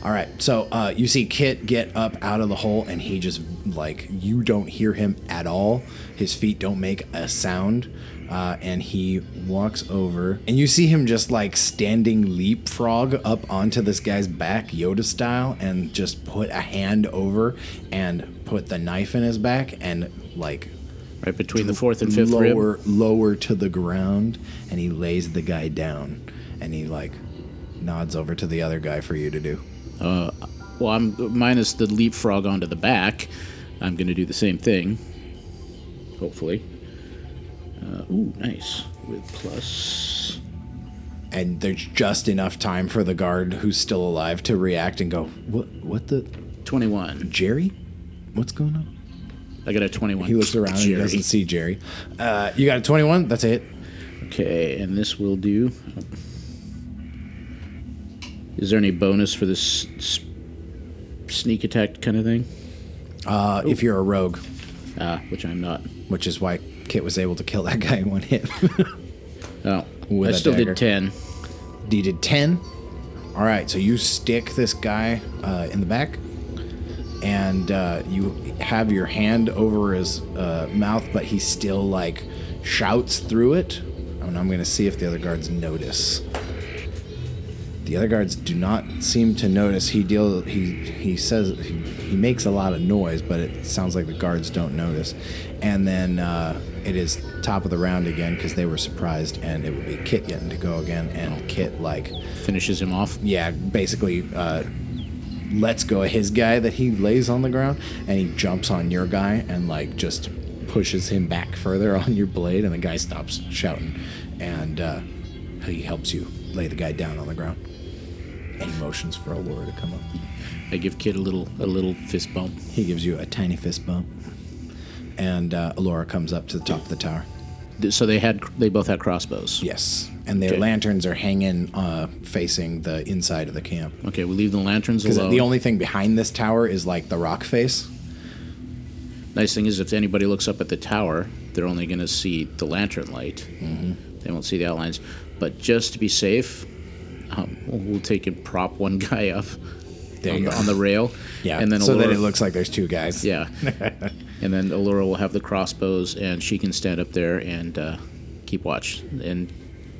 S2: All right, so uh, you see Kit get up out of the hole, and he just like you don't hear him at all. His feet don't make a sound, uh, and he walks over, and you see him just like standing leapfrog up onto this guy's back, Yoda style, and just put a hand over and put the knife in his back, and like
S4: Right between the fourth and fifth
S2: lower
S4: rib.
S2: lower to the ground and he lays the guy down and he like nods over to the other guy for you to do
S4: Well, I'm minus the leapfrog onto the back. I'm gonna do the same thing. Hopefully. Uh, ooh, nice. With plus
S2: and there's just enough time for the guard who's still alive to react and go, "What? What the?
S4: 21.
S2: Jerry? What's going on?"
S4: I got a 21.
S2: He looks around and he
S4: Jerry.
S2: doesn't see Jerry. Uh, you got a 21. That's a hit.
S4: Okay, and this will do. Is there any bonus for this s- sneak attack kind of thing?
S2: Uh, if you're a rogue,
S4: Ah, which I'm not.
S2: which is why Kit was able to kill that guy in one hit.
S4: Oh,
S2: With
S4: I
S2: a
S4: still
S2: dagger.
S4: did 10.
S2: you did 10. All right, so you stick this guy uh, in the back, and uh, you have your hand over his uh, mouth, but he still like shouts through it. And I'm going to see if the other guards notice. The other guards do not seem to notice. He deal he he says he, he makes a lot of noise, but it sounds like the guards don't notice. And then uh, it is top of the round again because they were surprised, and it would be Kit getting to go again. And Kit like
S4: Finishes him off.
S2: yeah, basically uh, lets go of his guy that he lays on the ground, and he jumps on your guy and like just pushes him back further on your blade, and the guy stops shouting, and uh, he helps you lay the guy down on the ground. And he motions for Allura to come up.
S4: I give Kid a little a little fist bump.
S2: He gives you a tiny fist bump, and uh, Allura comes up to the top of the tower.
S4: Th- So they had they both had crossbows.
S2: Yes, and their
S4: Okay.
S2: lanterns are hanging uh, facing the inside of the camp.
S4: Okay, we leave the lanterns
S2: Because
S4: alone.
S2: the only thing behind this tower is like the rock face.
S4: nice thing is if anybody looks up at the tower, they're only going to see the lantern light. Mm-hmm. They won't see the outlines. But just to be safe, um, we'll- we'll take and prop one guy up
S2: There
S4: on,
S2: you
S4: the,
S2: go.
S4: on the rail.
S2: Yeah,
S4: and then
S2: so that
S4: Allura-
S2: it looks like there's two guys.
S4: Yeah, and then Allura will have the crossbows, and she can stand up there and uh, keep watch. And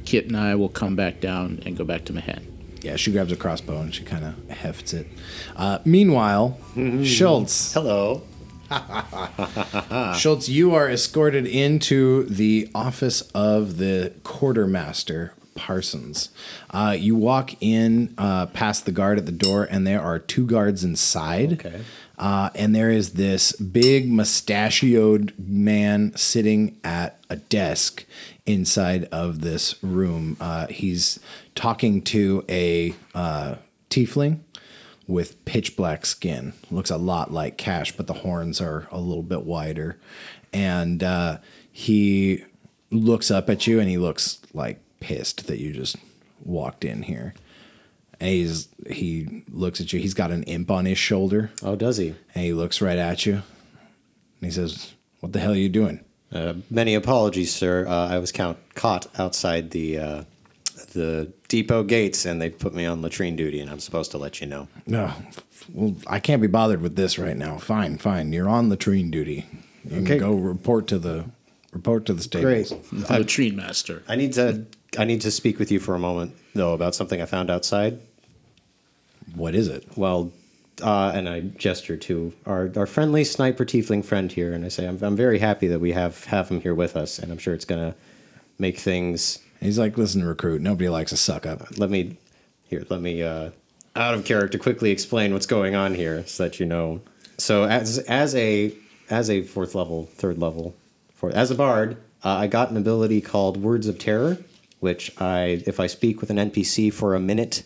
S4: Kit and I will come back down and go back to Mahan.
S2: yeah. She grabs a crossbow and she kind of hefts it. Uh, meanwhile, Schultz,
S3: Hello.
S2: Schultz, you are escorted into the office of the quartermaster Parsons. Uh, you walk in uh, past the guard at the door, and there are two guards inside.
S3: Okay.
S2: Uh, and there is this big mustachioed man sitting at a desk inside of this room. Uh, he's talking to a uh, tiefling with pitch black skin. Looks a lot like Cash, but the horns are a little bit wider. And uh, he looks up at you and he looks like pissed that you just walked in here. And he's he looks at you. He's got an imp on his shoulder.
S3: Oh, does he?
S2: And he looks right at you and he says, What the hell are you doing?
S3: Uh, many apologies, sir. Uh, I was count- caught outside the uh, the depot gates, and they put me on latrine duty, and I'm supposed to let you know.
S2: No, well, I can't be bothered with this right now. Fine, fine. You're on latrine duty. You
S3: Okay.
S2: can go report to the report to the stables.
S4: Latrine master.
S3: I need to I need to speak with you for a moment though about something I found outside.
S2: What is it?
S3: Well, uh, and I gesture to our, our friendly sniper tiefling friend here, and I say I'm, I'm very happy that we have have him here with us, and I'm sure it's gonna make things.
S2: He's like, listen, recruit. Nobody likes a suck up.
S3: Let me here. Let me uh, out of character quickly explain what's going on here, so that you know. So as as a as a fourth level, third level, fourth, as a bard, uh, I got an ability called Words of Terror, which I if I speak with an NPC for a minute.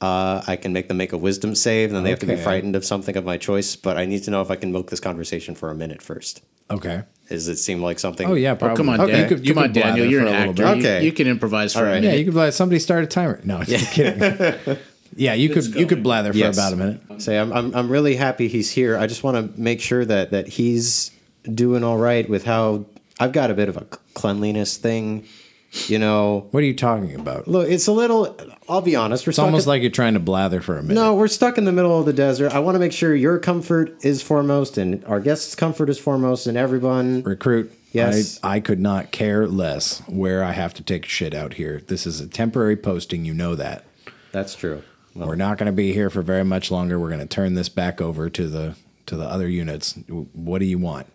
S3: Uh, I can make them make a wisdom save, and then they have to
S2: Okay.
S3: be frightened of something of my choice. But I need to know if I can milk this conversation for a minute first.
S2: Okay.
S3: Does it seem like something?
S2: Oh yeah, probably.
S4: Oh, come on,
S2: okay.
S4: Dan. come
S2: blather
S4: on, Daniel. You're
S2: for
S4: an
S2: a little bit.
S4: actor.
S3: bit.
S4: You-
S3: Okay.
S4: You, can improvise for
S3: All
S4: a
S3: right.
S2: Yeah,
S4: minute.
S2: you could blather. Somebody start a timer. No, I'm just kidding. yeah, you could you could blather for
S3: Yes.
S2: about a minute.
S3: Say, I'm, I'm, I'm really happy he's here. I just want to make sure that, that he's doing all right with how I've got a bit of a cleanliness thing, you know.
S2: What are you talking about?
S3: Look, it's a little, I'll be honest. We're
S2: It's almost
S3: in,
S2: like you're trying to blather for a minute.
S3: No, we're stuck in the middle of the desert. I want to make sure your comfort is foremost and our guests' comfort is foremost and everyone.
S2: recruit.
S3: Yes.
S2: I, I could not care less where I have to take shit out here. This is a temporary posting. You know that.
S3: That's true. Well,
S2: We're not going to be here for very much longer. We're going to turn this back over to the to the other units. What do you want?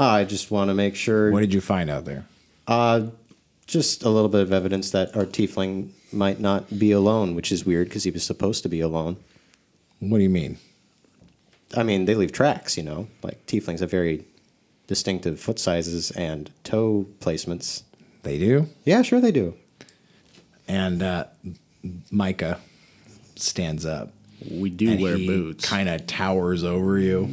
S3: I just want to make sure. uh,
S2: What did you find out there?
S3: just a little bit of evidence that our tiefling might not be alone, which is weird because he was supposed to be alone.
S2: What do you mean?
S3: I mean, they leave tracks, you know. Like tieflings have very distinctive foot sizes and toe placements.
S2: They do?
S3: Yeah, sure they do.
S2: and uh, Micah stands up.
S4: We do
S2: and
S4: wear boots.
S2: Kind of towers over you.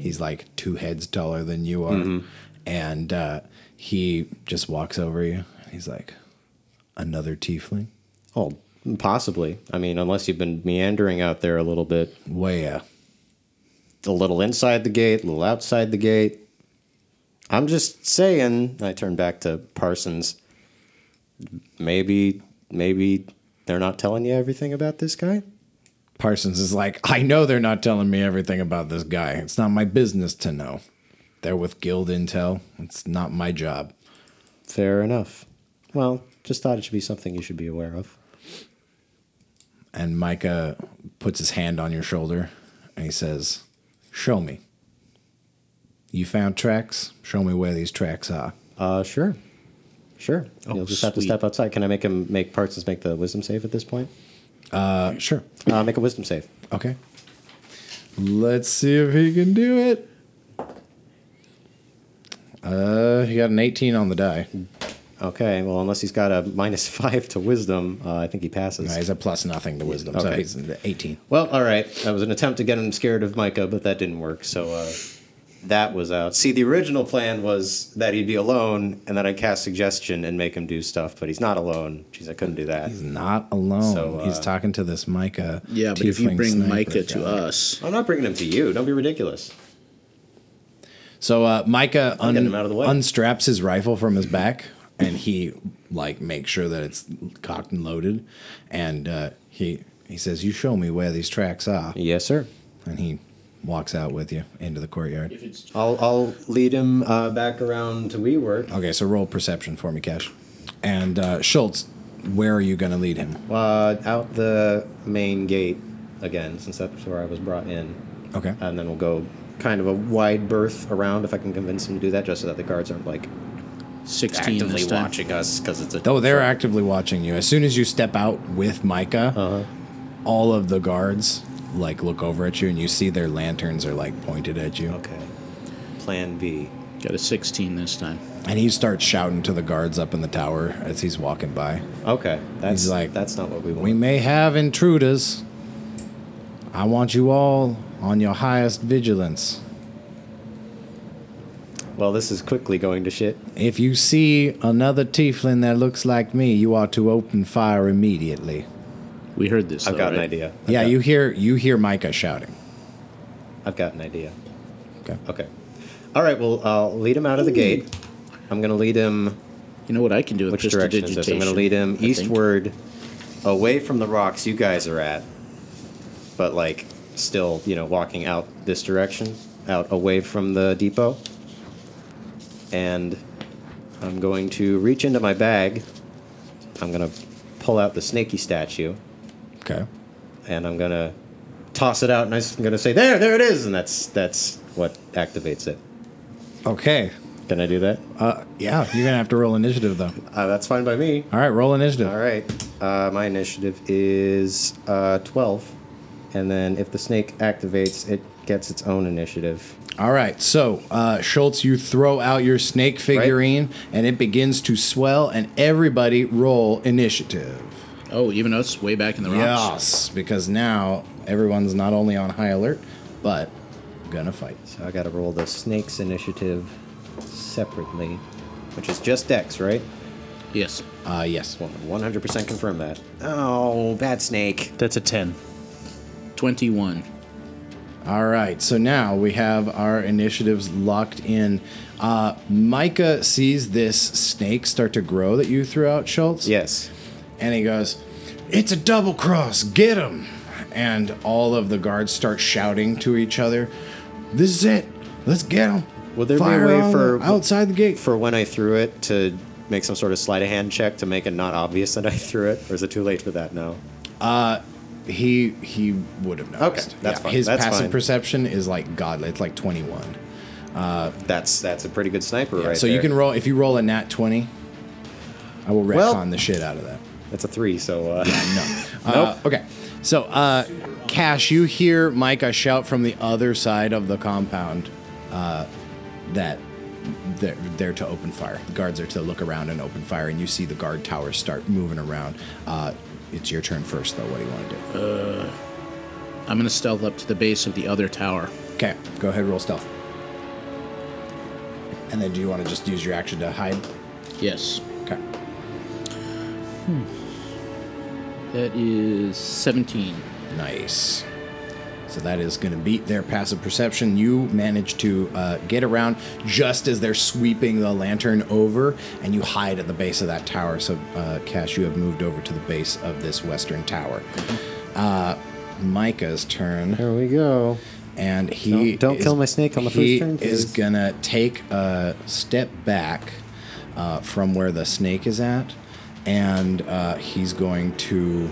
S2: He's like two heads taller than you are,
S4: Mm-hmm.
S2: and uh, he just walks over you. And he's like, "Another tiefling,
S3: Oh, possibly. I mean, unless you've been meandering out there a little bit,
S2: where?"
S3: a little inside the gate, a little outside the gate. I'm just saying. I turn back to Parsons. Maybe, maybe they're not telling you everything about this guy.
S2: Parsons is like, I know they're not telling me everything about this guy. It's not my business to know. They're with Guild Intel. It's not my job.
S3: Fair enough. Well, just thought it should be something you should be aware of.
S2: And Micah puts his hand on your shoulder and he says, Show me. You found tracks? Show me where these tracks are.
S3: Uh, sure, sure.
S4: Oh,
S3: You'll just have to
S4: sweet.
S3: step outside. Can I make him make Parsons make the wisdom save at this point?
S2: Uh, sure.
S3: Uh, make a wisdom save.
S2: Okay. Let's see if he can do it. Uh, he got an 18 on the die.
S3: Okay. Well, unless he's got a minus five to wisdom, uh, I think he passes.
S2: No, he's a plus nothing to wisdom, so
S3: Okay.
S2: he's an 18.
S3: Well, all right. That was an attempt to get him scared of Micah, but that didn't work. So uh, that was out. See, the original plan was that he'd be alone, and then I cast suggestion and make him do stuff. But he's not alone. Jeez, I couldn't do that.
S2: He's not alone.
S3: So, uh,
S2: He's talking to this Micah.
S4: Yeah, but if you
S2: tiefling
S4: bring
S2: sniper
S4: Micah to
S2: guy.
S4: us,
S3: I'm not bringing him to you. Don't be ridiculous.
S2: So uh, Micah un-
S3: getting him out of the way.
S2: unstraps his rifle from his back and he like makes sure that it's cocked and loaded. And uh, he he says, "You show me where these tracks are."
S3: Yes, sir.
S2: And he walks out with you into the courtyard.
S3: I'll I'll lead him uh, back around to WeWork.
S2: Okay, so roll perception for me, Cash. And uh, Schultz, where are you going to lead him?
S3: Uh, out the main gate again, since that's where I was brought in,
S2: Okay.
S3: and then we'll go kind of a wide berth around if I can convince him to do that, just so that the guards aren't like
S4: 16
S3: actively
S4: this time.
S3: watching us because it's a
S2: Oh, they're actively watching you. As soon as you step out with Micah,
S3: Uh-huh.
S2: all of the guards like look over at you, and you see their lanterns are like pointed at you.
S3: Okay. Plan B.
S4: Got a 16 this time.
S2: And he starts shouting to the guards up in the tower as he's walking by.
S3: Okay. That's
S2: He's like,
S3: like that's not what we want.
S2: We may have intruders. I want you all on your highest vigilance.
S3: well, this is quickly going to shit.
S2: If you see another tieflin that looks like me, you are to open fire immediately.
S4: We heard this.
S3: I've
S4: though,
S3: got an
S4: right?
S3: idea. I've
S2: yeah,
S3: got-
S2: you hear you hear Micah shouting.
S3: I've got an idea.
S2: Okay.
S3: Okay. All right. Well, I'll lead him out of the gate. I'm gonna lead him.
S4: You know what I can do with
S3: Which
S4: just
S3: direction is this? I'm gonna lead him eastward, away from the rocks you guys are at, but like still, you know, walking out this direction, out away from the depot. And I'm going to reach into my bag. I'm gonna pull out the snaky statue.
S2: Okay.
S3: and I'm gonna toss it out, and I'm gonna say, "There, there it is," and that's that's what activates it.
S2: Okay.
S3: Can I do that?
S2: Uh, yeah, you're gonna have to roll initiative though.
S3: Uh, that's fine by me.
S2: All right, roll initiative.
S3: All right. Uh, my initiative is uh, twelve, and then if the snake activates, it gets its own initiative.
S2: All right, so uh, Schultz, you throw out your snake figurine, and it begins to swell, and everybody roll initiative.
S4: Oh, even though it's way back in the rocks.
S2: Yes, because now everyone's not only on high alert, but gonna fight.
S3: So I gotta roll the snake's initiative separately, which is just Dex, right?
S4: Yes.
S2: Uh, yes.
S3: One hundred percent confirm that. Oh, bad snake.
S5: That's a 10.
S4: 21.
S2: All right, so now we have our initiatives locked in. Uh, Micah sees this snake start to grow that you threw out, Schultz.
S3: Yes.
S2: and he goes, "It's a double cross, get him!" And all of the guards start shouting to each other, "This is it, let's get him!"
S3: Will there
S2: Fire
S3: be a way
S2: on
S3: for
S2: outside the gate?
S3: for when I threw it to make some sort of sleight of hand check to make it not obvious that I threw it, or is it too late for that now?
S2: he he would have noticed.
S3: that's fine,
S2: His
S3: that's
S2: passive
S3: fine.
S2: perception is like godly. It's like twenty one.
S3: That's that's a pretty good sniper, right?
S2: so you
S3: there.
S2: can roll if you roll a nat twenty. I will retcon
S3: Well-
S2: the shit out of that.
S3: That's a three, so uh,
S2: Uh, okay. So, uh, Cash, you hear Micah shout from the other side of the compound uh, that they're there to open fire. The guards are to look around and open fire, and you see the guard towers start moving around. Uh, it's your turn first, though. What do you want to do?
S4: I'm going to stealth up to the base of the other tower.
S2: Okay, go ahead, roll stealth. And then do you want to just use your action to hide?
S4: Yes.
S2: Okay.
S4: That is 17.
S2: Nice. So that is going to beat their passive perception. You manage to uh, get around just as they're sweeping the lantern over, and you hide at the base of that tower. So, uh, Cash, you have moved over to the base of this western tower. Uh, Micah's turn,
S3: There we go.
S2: and he
S3: Don't- don't
S2: is-
S3: kill my snake on the first
S2: he
S3: turn,
S2: is
S3: please.
S2: gonna take a step back uh, from where the snake is at, and uh, he's going to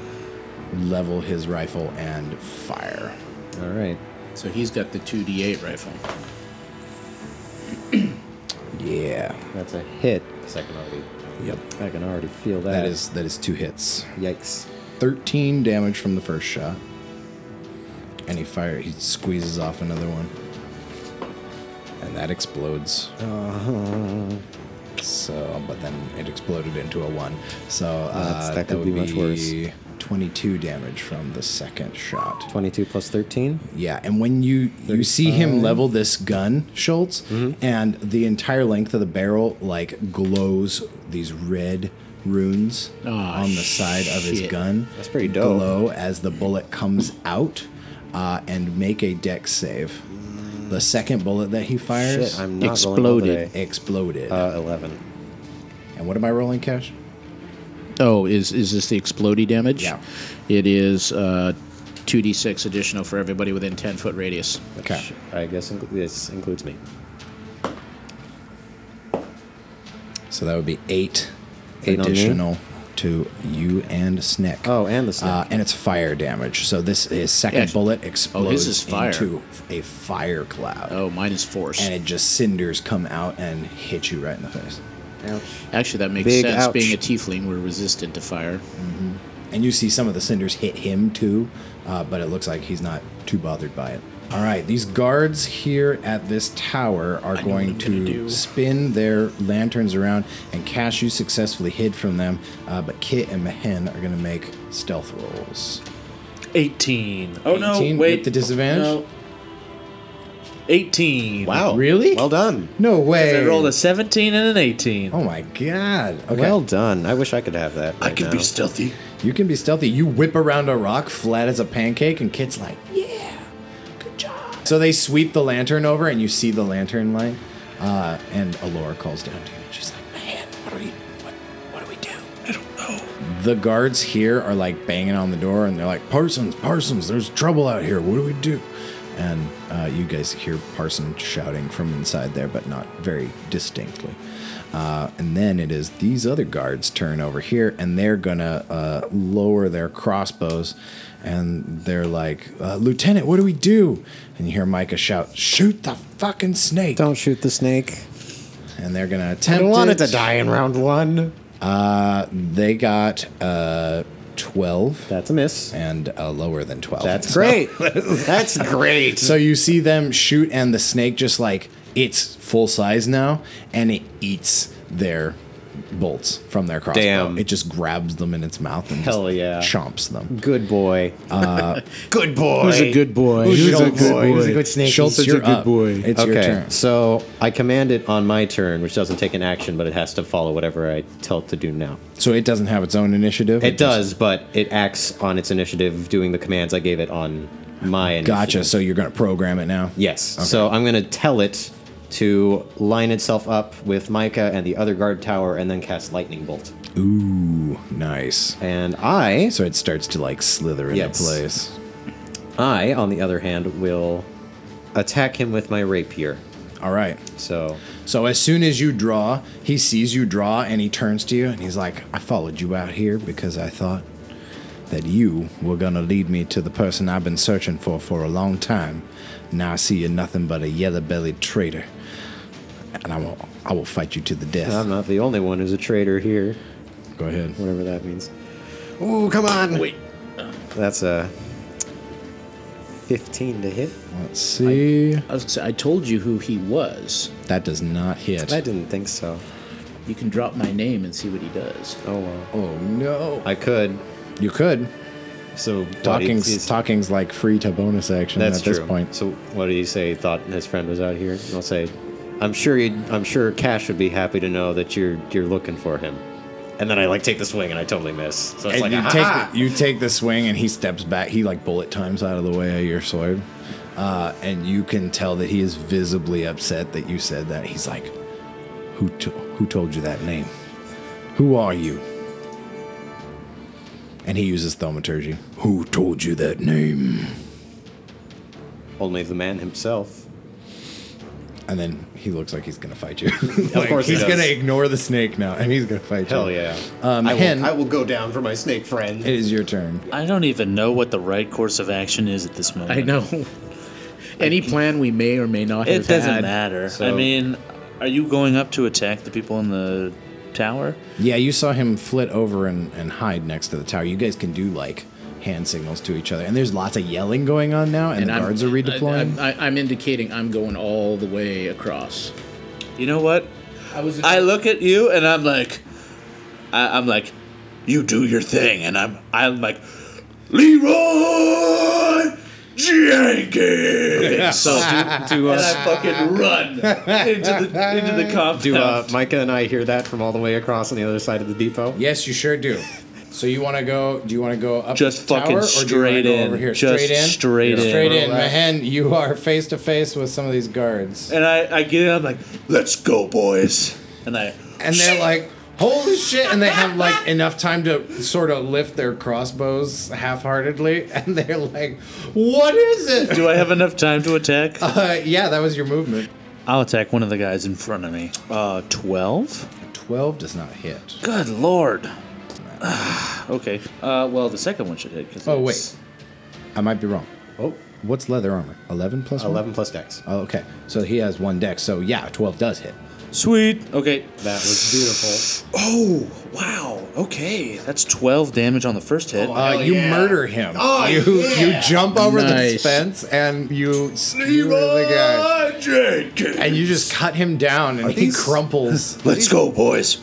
S2: level his rifle and fire.
S3: All right.
S4: So he's got the 2d8 rifle.
S2: Yeah.
S3: That's a hit. Because I can already,
S2: Yep.
S3: I can already feel that.
S2: That is that is two hits.
S3: Yikes.
S2: Thirteen damage from the first shot. And he fire he squeezes off another one. And that explodes.
S3: Uh-huh.
S2: So but then it exploded into a one. So uh,
S3: That's- that could
S2: would
S3: be much worse.
S2: Twenty-two damage from the second shot.
S3: Twenty-two plus thirteen.
S2: Yeah, and when you you see him level this gun, Schultz,
S3: Mm-hmm.
S2: and the entire length of the barrel like glows these red runes on the side of his
S4: shit.
S2: gun.
S3: Ah, That's pretty dope.
S2: Glow as the bullet comes out, uh, and make a deck save. The second bullet that he fires
S3: Shit, I'm not
S4: Exploded.
S3: Rolling well today.
S2: exploded.
S3: Uh, Eleven.
S2: and what am I rolling, Cash?
S4: Oh, is is this the explodey damage?
S2: Yeah.
S4: It is uh, 2d6 additional for everybody within 10 foot radius.
S2: Okay.
S3: Sh- I guess inclu- this includes me.
S2: So that would be eight
S3: Eight on me?
S2: additional to you and Snick.
S3: Oh, and the snake.
S2: Uh, and it's fire damage. So this his second
S4: Yes.
S2: bullet
S4: Oh,
S2: explodes
S4: his is fire.
S2: into a fire cloud,
S4: Oh, mine is force.
S2: and it just cinders come out and hit you right in the face.
S4: Actually, that makes
S3: Big
S4: sense.
S3: ouch.
S4: Being a tiefling, we're resistant to fire.
S2: And you see some of the cinders hit him too, uh, but it looks like he's not too bothered by it. All right, these guards here at this tower are going to spin their lanterns around, and Cash, you successfully hid from them, uh, but Kit and Mahen are going to make stealth rolls.
S5: 18. Oh no,
S2: 18
S5: wait.
S2: with the disadvantage?
S5: No. 18.
S3: Wow.
S2: Really?
S3: Well done.
S2: No
S5: I
S2: way!
S5: rolled a 17 and an 18.
S2: oh my god! Okay.
S3: Well done. I wish I could have that. right now.
S5: stealthy.
S2: You can be stealthy. You whip around a rock flat as a pancake, and Kit's like, yeah, good job. So they sweep the lantern over, and you see the lantern light. Uh, and Alora calls down to you, and she's like, man, what are we, what, what do we do? I don't know. The guards here are like banging on the door, and they're like, Parsons, Parsons, there's trouble out here. What do we do? And uh, you guys hear Parson shouting from inside there, but not very distinctly. Uh, and then it is these other guards' turn over here, and they're gonna uh, lower their crossbows, and they're like, uh, "Lieutenant, what do we do?" And you hear Micah shout, "Shoot the fucking snake!"
S3: Don't shoot the snake.
S2: And they're gonna
S3: I
S2: attempt.
S3: wanted
S2: it.
S3: to die in round one.
S2: They got uh, twelve
S3: That's a miss.
S2: and uh, lower than twelve.
S3: That's great. That's great.
S2: So you see them shoot, and the snake just like it's full size now, and it eats their bolts from their crossbow.
S3: Damn.
S2: It just grabs them in its mouth and
S3: Hell
S2: just
S3: yeah.
S2: chomps them.
S3: Good boy. good boy.
S4: Who's a good boy?
S3: Who's a
S4: Schultz.
S3: good boy? Who's a good snake?
S2: Schultz,
S4: such a
S2: you're
S4: good
S2: up.
S4: boy.
S2: It's your
S3: okay,
S2: turn.
S3: so I command it on my turn, which doesn't take an action, but it has to follow whatever I tell it to do now.
S2: So it doesn't have its own initiative. just-
S3: It does, but it acts on its initiative, doing the commands I gave it on my initiative.
S2: Gotcha. So you're going to program it now.
S3: Yes. So I'm going to tell it to line itself up with Micah and the other guard tower, and then cast lightning bolt.
S2: Ooh, nice.
S3: And I,
S2: So it starts to like slither into
S3: Yes.
S2: place.
S3: I, on the other hand, will attack him with my rapier.
S2: All right.
S3: So
S2: So as soon as you draw, he sees you draw and he turns to you and he's like, "I followed you out here because I thought that you were gonna lead me to the person I've been searching for for a long time. Now I see you're nothing but a yellow-bellied traitor, and I will I will fight you to the death."
S3: I'm not the only one who's a traitor here,
S2: Go ahead.
S3: whatever that means. Ooh, come on! Wait. That's a 15 to hit.
S2: Let's see.
S4: I, was gonna say, I told you who he was.
S2: That does not hit.
S3: I didn't think so.
S4: You can drop my name and see what he does.
S3: Oh well.
S2: oh no.
S3: I could.
S2: You could.
S3: So what,
S2: Talking's
S3: he's-
S2: talking's like free to bonus action
S3: That's
S2: at this
S3: true.
S2: point.
S3: So what do you say? He thought his friend was out here. And I'll say, I'm sure. You'd, I'm sure Cash would be happy to know that you're you're looking for him. And then I like take the swing and I totally miss. So it's
S2: And
S3: like "Ah,
S2: you
S3: a,
S2: take
S3: "Ha-ha!"
S2: you take the swing and he steps back. He like bullet times out of the way of your sword, uh, and you can tell that he is visibly upset that you said that. He's like, "Who to- who told you that name? Who are you?" And he uses thaumaturgy. Who told you that name?
S3: only the man himself.
S2: And then he looks like he's gonna fight you.
S3: Of course he
S2: he's
S3: does.
S2: gonna ignore the snake now, and he's gonna fight
S3: Hell
S2: you.
S3: yeah.
S2: Um,
S3: I,
S2: Hen-
S3: will, I will go down for my snake friend.
S2: It is your turn.
S5: I don't even know what the right course of action is at this moment.
S4: I know. Any plan we may or may not
S5: It
S4: have
S5: doesn't
S4: had.
S5: matter. I
S3: So-
S5: mean, are you going up to attack the people in the tower?
S2: Yeah, you saw him flit over and, and hide next to the tower. You guys can do like hand signals to each other, and there's lots of yelling going on now, and, the
S4: I'm-
S2: guards are redeploying.
S4: I, I, I'm indicating I'm going all the way across.
S5: You know what?
S4: I was.
S5: I look at you and I'm like, I, I'm like, you do your thing, and I'm I'm like, Leroy Jenkins.
S3: So do, do,
S5: And
S3: uh,
S5: I fucking run into the into the compound.
S3: do uh, Micah and I hear that from all the way across on the other side of the depot?
S2: yes, you sure do. So you want to go? Do you want to go up
S5: Just
S2: to the
S5: fucking
S2: tower,
S5: straight
S2: or do you wanna
S5: in.
S2: Go over here,
S5: Just
S2: straight in,
S5: straight in.
S2: straight in. Mahen, you are face to face with some of these guards,
S5: and I I get in. I'm like, let's go, boys. And I
S2: and they're like. Holy shit! And they have like enough time to sort of lift their crossbows half-heartedly, and they're like, "What is it?"
S5: do I have enough time to attack?
S2: Uh, yeah, that was your movement.
S5: I'll attack one of the guys in front of me. Uh, twelve.
S2: 12 does not hit.
S5: Good lord. okay. Uh, well, the second one should hit. 'cause
S2: Oh,
S5: it's-
S2: wait. I might be wrong.
S3: Oh,
S2: What's leather armor? 11 plus 1?
S3: 11 plus dex.
S2: Oh, okay. So he has one deck. So yeah, 12 does hit.
S5: Sweet. Okay.
S3: That was beautiful.
S5: Oh, wow. Okay. That's 12 damage on the first
S4: Oh,
S5: hit.
S3: Oh,
S2: Uh, you murder him. you you jump over
S4: Nice.
S2: the fence and you skewer the guy.
S5: Jenkins.
S2: And you just cut him down and he
S3: these-
S2: crumples.
S5: Let's go, boys.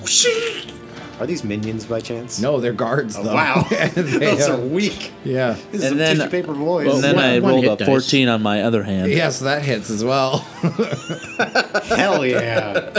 S3: Are these minions by chance?
S2: no, they're guards though.
S3: Oh, Wow.
S2: And they,
S3: Those
S2: uh,
S3: are weak.
S2: yeah.
S3: This is
S5: And
S3: some
S5: then-
S3: tissue paper boys.
S5: And then
S4: one-
S5: I
S4: one
S5: rolled
S4: hit
S5: a
S4: dice.
S5: 14 on my other hand.
S2: Yeah, so that hits as well.
S3: Hell yeah.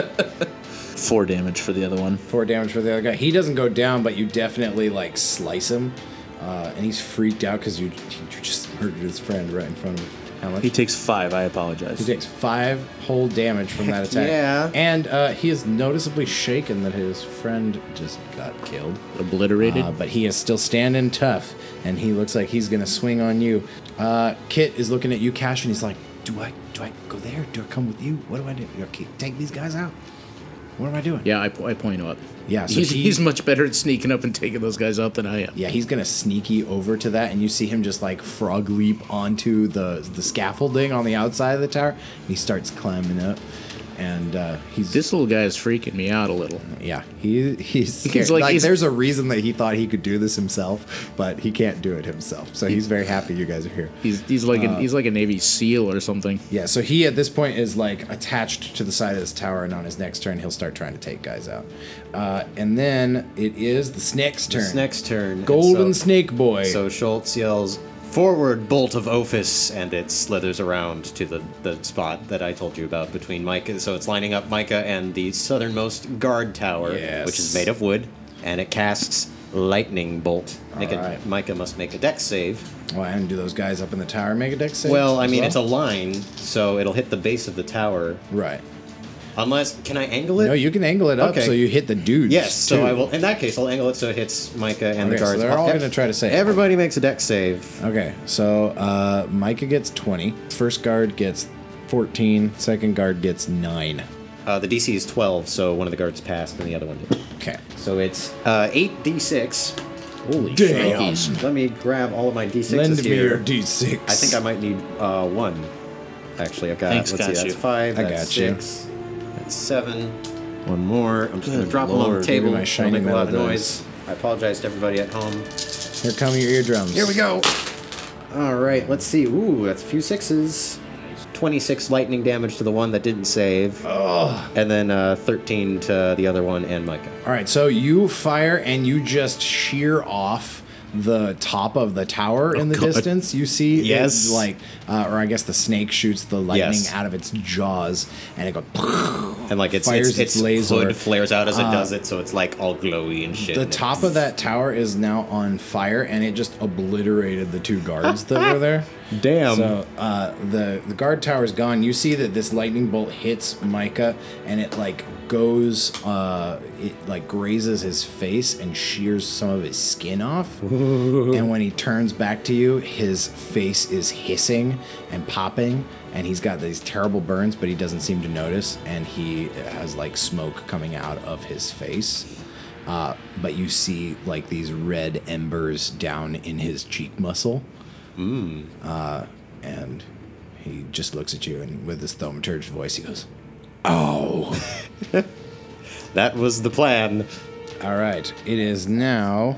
S5: Four damage for the other one.
S2: Four damage for the other guy. He doesn't go down, but you definitely like slice him, uh, and he's freaked out because you you just murdered his friend right in front of him. How much?
S5: He takes five. I apologize.
S2: He takes five whole damage from that attack.
S3: yeah.
S2: And uh, he is noticeably shaken that his friend just got killed.
S4: obliterated.
S2: Uh, but he is still standing tough, and he looks like he's gonna swing on you. Uh, Kit is looking at you, Cash, and he's like, "Do I do I go there? Do I come with you? What do I do? Do I ki- take these guys out? What am I doing?"
S4: yeah, I, po- I point up.
S2: Yeah, so
S4: he's,
S2: he-
S4: he's much better at sneaking up and taking those guys out than I am.
S2: Yeah, he's gonna sneaky over to that, and you see him just like frog leap onto the the scaffolding on the outside of the tower. And he starts climbing up, and uh, he's
S4: This little guy is freaking me out a little.
S2: Yeah, he he's scared.
S4: like-
S2: like,
S4: he's-
S2: there's a reason that he thought he could do this himself, but he can't do it himself. So he's very happy you guys are here.
S4: He's he's like an, he's like a Navy SEAL or something.
S2: Yeah, so he at this point is like attached to the side of this tower, and on his next turn he'll start trying to take guys out. Uh, and then it is the snake's turn.
S3: snake's turn, and
S2: Golden
S3: so-
S2: snake boy.
S3: so Schultz yells, Forward, bolt of Ophis, and it slithers around to the, the spot that I told you about between Micah. So it's lining up Micah and the southernmost guard tower,
S2: Yes.
S3: which is made of wood, and it casts Lightning Bolt. Make a-
S2: right.
S3: Micah must make a dex save.
S2: well, and do those guys up in the tower make a deck save?
S3: Well, I
S2: as
S3: mean, it's a line, so it'll hit the base of the tower.
S2: right.
S3: Unless, can I angle it?
S2: No, you can angle it up
S3: Okay.
S2: so you hit the dudes.
S3: Yes, so
S2: too.
S3: I will. In that case, I'll angle it so it hits Micah and
S2: Okay,
S3: the
S2: so
S3: guards.
S2: they're all gonna try to save.
S3: Everybody makes a deck save.
S2: Okay, so uh, Micah gets 20. First guard gets 14. Second guard gets 9.
S3: Uh, the DC is 12, so one of the guards passed and the other one did.
S2: Okay.
S3: So it's uh, 8d6.
S4: Holy shnikes.
S3: Let me grab all of my d6s
S2: Lend me
S3: here.
S2: your d6.
S3: I think I might need uh, one. Actually, I've got.
S5: Thanks,
S3: let's
S5: got
S3: see,
S5: you.
S3: that's five.
S2: I
S3: that's
S2: got you.
S3: six. That's seven. One more. I'm just gonna drop them on
S5: lord,
S3: the
S5: look
S3: table.
S2: my
S3: Don't
S2: shiny
S3: make a lot of
S2: metal
S3: noise. I apologize to everybody at home.
S2: Here come your eardrums.
S3: go. All right, let's see. Ooh, that's a few sixes. 26 lightning damage to the one that didn't save. And then uh, 13 to the other one and Micah.
S2: All right, so you fire and you just shear off the top of the tower in the distance. You see, it,
S3: Oh, Yes.
S2: like, uh, or I guess the snake shoots the lightning
S3: Yes.
S2: out of its jaws, and it goes.
S3: And like it's,
S2: Fires
S3: it's, it's,
S2: its laser. Uh,
S3: hood flares out as it does it, so it's like all glowy and shit.
S2: The
S3: and it-
S2: top of that tower is now on fire, and it just obliterated the two guards that were there.
S3: Damn.
S2: So uh, the the guard tower is gone. You see that this lightning bolt hits Micah, and it like goes, uh, it like grazes his face and shears some of his skin off. and when he turns back to you, his face is hissing and popping, and he's got these terrible burns, but he doesn't seem to notice, and he has like smoke coming out of his face. Uh, but you see like these red embers down in his cheek muscle. Uh, and he just looks at you and with his thaumaturge voice, he goes, "Oh."
S3: That was the plan.
S2: All right, it is now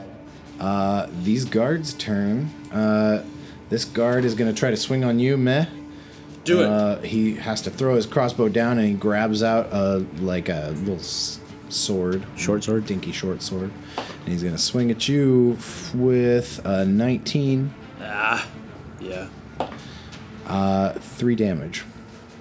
S2: uh, these guards' turn. Uh, this guard is going to try to swing on you, meh.
S5: Do it.
S2: Uh, he has to throw his crossbow down and he grabs out a like a little s- sword, short sword, dinky short sword, and he's gonna swing at you f- with a 19,
S5: yeah.
S2: uh, three damage.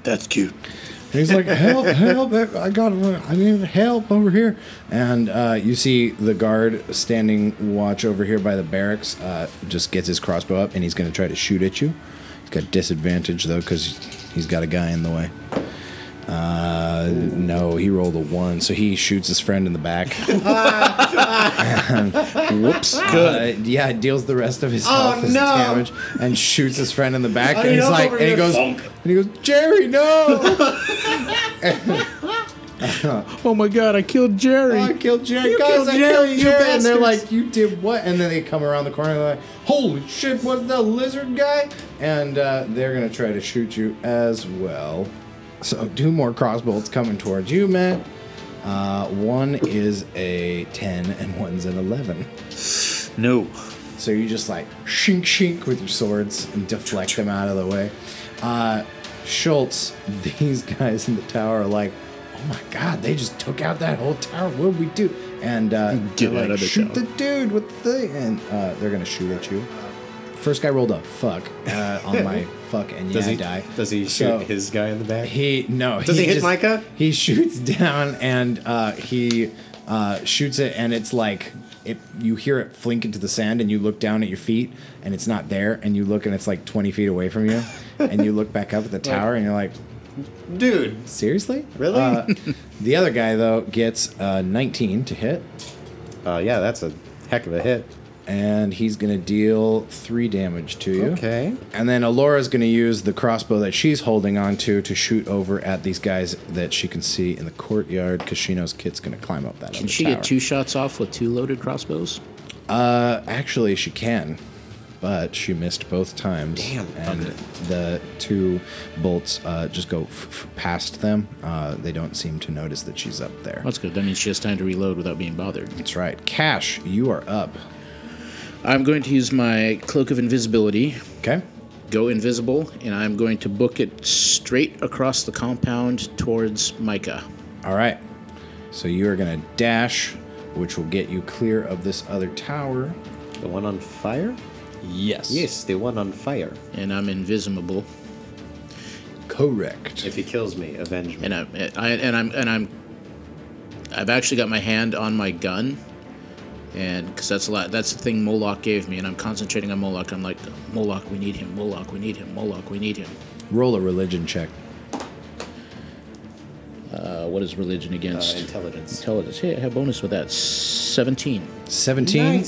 S5: That's cute.
S2: And he's like, help, help, I got, I need help over here. And uh, you see the guard standing watch over here by the barracks uh, just gets his crossbow up and he's going to try to shoot at you. He's got disadvantage though because he's got a guy in the way. Uh, no, he rolled a one, so he shoots his friend in the back. Whoops. Good. yeah, it deals the rest of
S5: Oh,
S2: his health as damage and shoots his friend in the back. and he's
S5: know,
S2: like,
S5: Oh, over
S2: and he
S5: here,
S2: goes,
S5: thunk.
S2: and he goes, Jerry, no!
S4: Oh my god, I killed Jerry.
S2: I killed Jerry.
S4: You
S2: Guys,
S4: killed
S2: I
S4: Jerry,
S2: killed
S4: you
S2: Jerry. And they're
S4: bastards.
S2: like, you did what? And then they come around the corner and they're like, holy shit, was the lizard guy? And uh, they're going to try to shoot you as well. So two more crossbows coming towards you, man. Uh, one is a 10 and one's an 11.
S5: No.
S2: So you just like shink shink with your swords and deflect them out of the way. Uh, Schultz, these guys in the tower are like, oh my god, they just took out that whole tower. What would we do? And uh,
S4: Get
S2: they're
S4: out of the
S2: shoot
S4: tower."
S2: the dude with the thing, and uh, they're gonna shoot at you. First guy rolled a fuck uh, on my fuck, and yeah,
S3: Does he
S2: I die.
S3: Does he shoot
S2: So-
S3: his guy in the back?
S2: he no.
S3: Does he hit Micah?
S2: He shoots down and uh, he uh, shoots it, and it's like it. You hear it flink into the sand, and you look down at your feet, and it's not there. And you look, and it's like twenty feet away from you. and you look back up at the tower, and you're like,
S3: Dude.
S2: seriously?
S3: Really?
S2: Uh, the other guy though gets uh, nineteen to hit,
S3: Uh, yeah, that's a heck of a hit.
S2: and he's gonna deal three damage to you.
S3: Okay.
S2: And then Alora's going to use the crossbow that she's holding on to to shoot over at these guys that she can see in the courtyard because she knows Kit's going to climb up that.
S4: Can she get two shots off with two loaded crossbows?
S2: Actually, she can, but she missed both times.
S3: Damn,
S2: And the two bolts uh, just go f- f- past them. Uh, they don't seem to notice that she's up there.
S4: That's good. That means she has time to reload without being bothered.
S2: That's right. Cash, you are up.
S4: I'm going to use my cloak of invisibility,
S2: Okay.
S4: go invisible, and I'm going to book it straight across the compound towards Micah.
S2: All right. So you are going to dash, which will get you clear of this other tower.
S3: The one on fire?
S2: Yes.
S3: Yes, the one on fire.
S4: And I'm invisible,
S2: Correct.
S3: If he kills me, avenge me.
S4: and I'm I, and I'm and I'm. I've actually got my hand on my gun, and because that's a lot. That's the thing Moloch gave me, and I'm concentrating on Moloch. I'm like, Moloch, we need him. Moloch, we need him. Moloch, we need him.
S2: Roll a religion check.
S4: Uh, what is religion against?
S3: intelligence.
S4: Intelligence. Hey, I have bonus with that. Seventeen.
S2: 17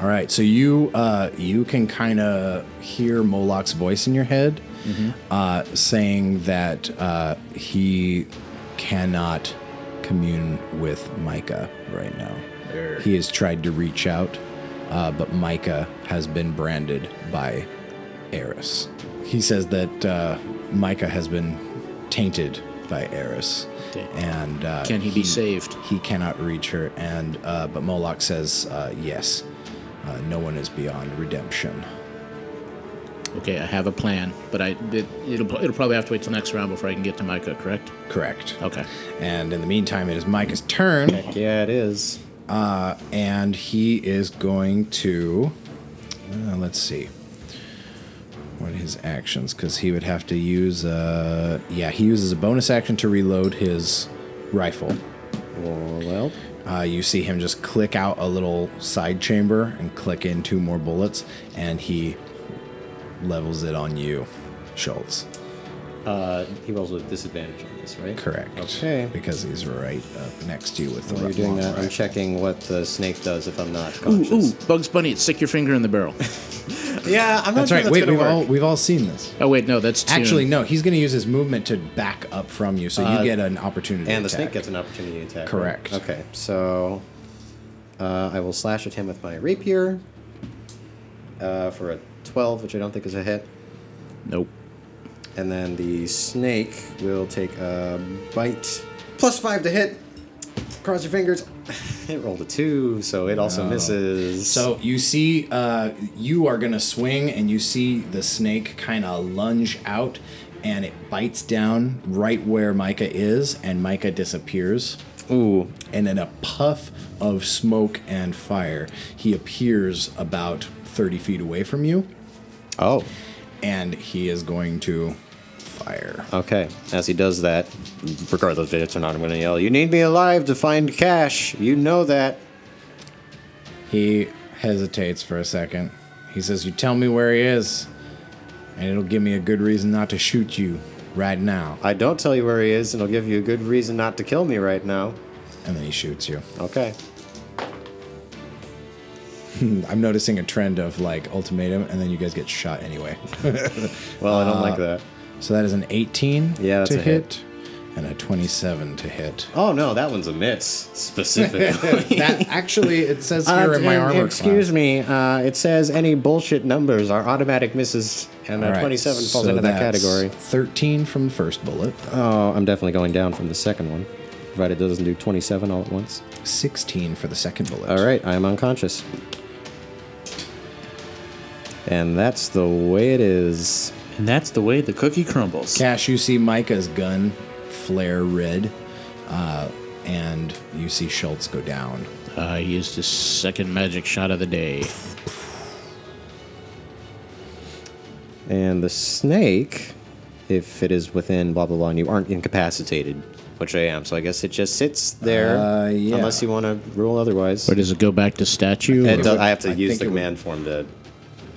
S2: all right so you uh, you can kind of hear moloch's voice in your head
S4: Mm-hmm.
S2: uh, saying that uh, he cannot commune with micah right now
S4: Er.
S2: he has tried to reach out uh, but micah has been branded by eris he says that uh, micah has been tainted by eris and uh,
S4: Can he be saved?
S2: he cannot reach her and uh, but moloch says uh, yes uh, no one is beyond redemption
S4: Okay, I have a plan, but I it, it'll it'll probably have to wait till next round before I can get to Micah. Correct?
S2: Correct.
S4: Okay.
S2: And in the meantime, it is Micah's turn.
S3: Yeah, it is.
S2: Uh, and he is going to. Uh, let's see. What are his actions? Because he would have to use. Uh, yeah, he uses a bonus action to reload his rifle.
S3: Well,
S2: Uh, you see him just click out a little side chamber and click in two more bullets, and he levels it on you, Schultz.
S3: uh, he rolls with disadvantage on this, right?
S2: Correct.
S3: Okay.
S2: Because he's right up next to you with the
S3: While you're
S2: rough
S3: doing
S2: long
S3: that, I'm
S2: rifle.
S3: checking what the snake does if I'm not
S4: Ooh,
S3: conscious.
S4: ooh, Bugs Bunny, it stick your finger in the barrel.
S3: Yeah, I'm not
S2: That's
S3: sure
S2: right. Wait,
S3: gonna
S2: we've
S3: work.
S2: all we've all seen this.
S4: Oh wait, no, that's Tune.
S2: Actually, no. He's going to use his movement to back up from you, so you get an opportunity.
S3: Uh, And the
S2: attack.
S3: snake gets an opportunity to attack. right?
S2: Correct.
S3: Okay, so uh, I will slash at him with my rapier uh, for a 12, which I don't think is a hit.
S4: Nope.
S3: And then the snake will take a bite. Plus 5 to hit. Cross your fingers. it rolled a 2, so it also misses.
S2: So you see, uh, you are gonna swing, and you see the snake kind of lunge out, and it bites down right where Micah is, and Micah disappears. Ooh! And in a puff of smoke and fire, he appears about thirty feet away from you,
S3: Oh,
S2: and he is going to fire.
S3: okay. As he does that, regardless if it's or not, I'm going to yell, You need me alive to find cash. You know that.
S2: He hesitates for a second. He says, "You tell me where he is, and it'll give me a good reason not to shoot you right now."
S3: I don't tell you where he is, and it'll give you a good reason not to kill me right now.
S2: And then he shoots you.
S3: Okay.
S2: I'm noticing a trend of like ultimatum, and then you guys get shot anyway.
S3: Well, I don't like that.
S2: so that is an 18
S3: Yeah, that's
S2: to
S3: a hit.
S2: and a 27 to hit.
S3: Oh no, that one's a miss specifically.
S2: that actually, it says here in my armor.
S3: Uh, excuse me. Uh, it says any bullshit numbers are automatic misses, and a 27 falls into that category.
S2: 13 from the first bullet,
S3: Oh, I'm definitely going down from the second one, provided it doesn't do 27 all at once.
S2: 16 for the second bullet.
S3: All right, I am unconscious, and that's the way it is.
S5: And that's the way the cookie crumbles.
S2: Cash, you see Micah's gun flare red, uh, and you see Schultz go down.
S4: Uh, he used his second magic shot of the day.
S3: And the snake, if it is within blah blah blah, and you aren't incapacitated, which I am, so I guess it just sits there
S2: Uh, yeah.
S3: unless you want to rule otherwise.
S4: Or does it go back to statue?
S3: It
S4: Or-
S3: does, I have to
S2: I
S3: use
S2: think
S3: the
S2: it would-
S3: command form to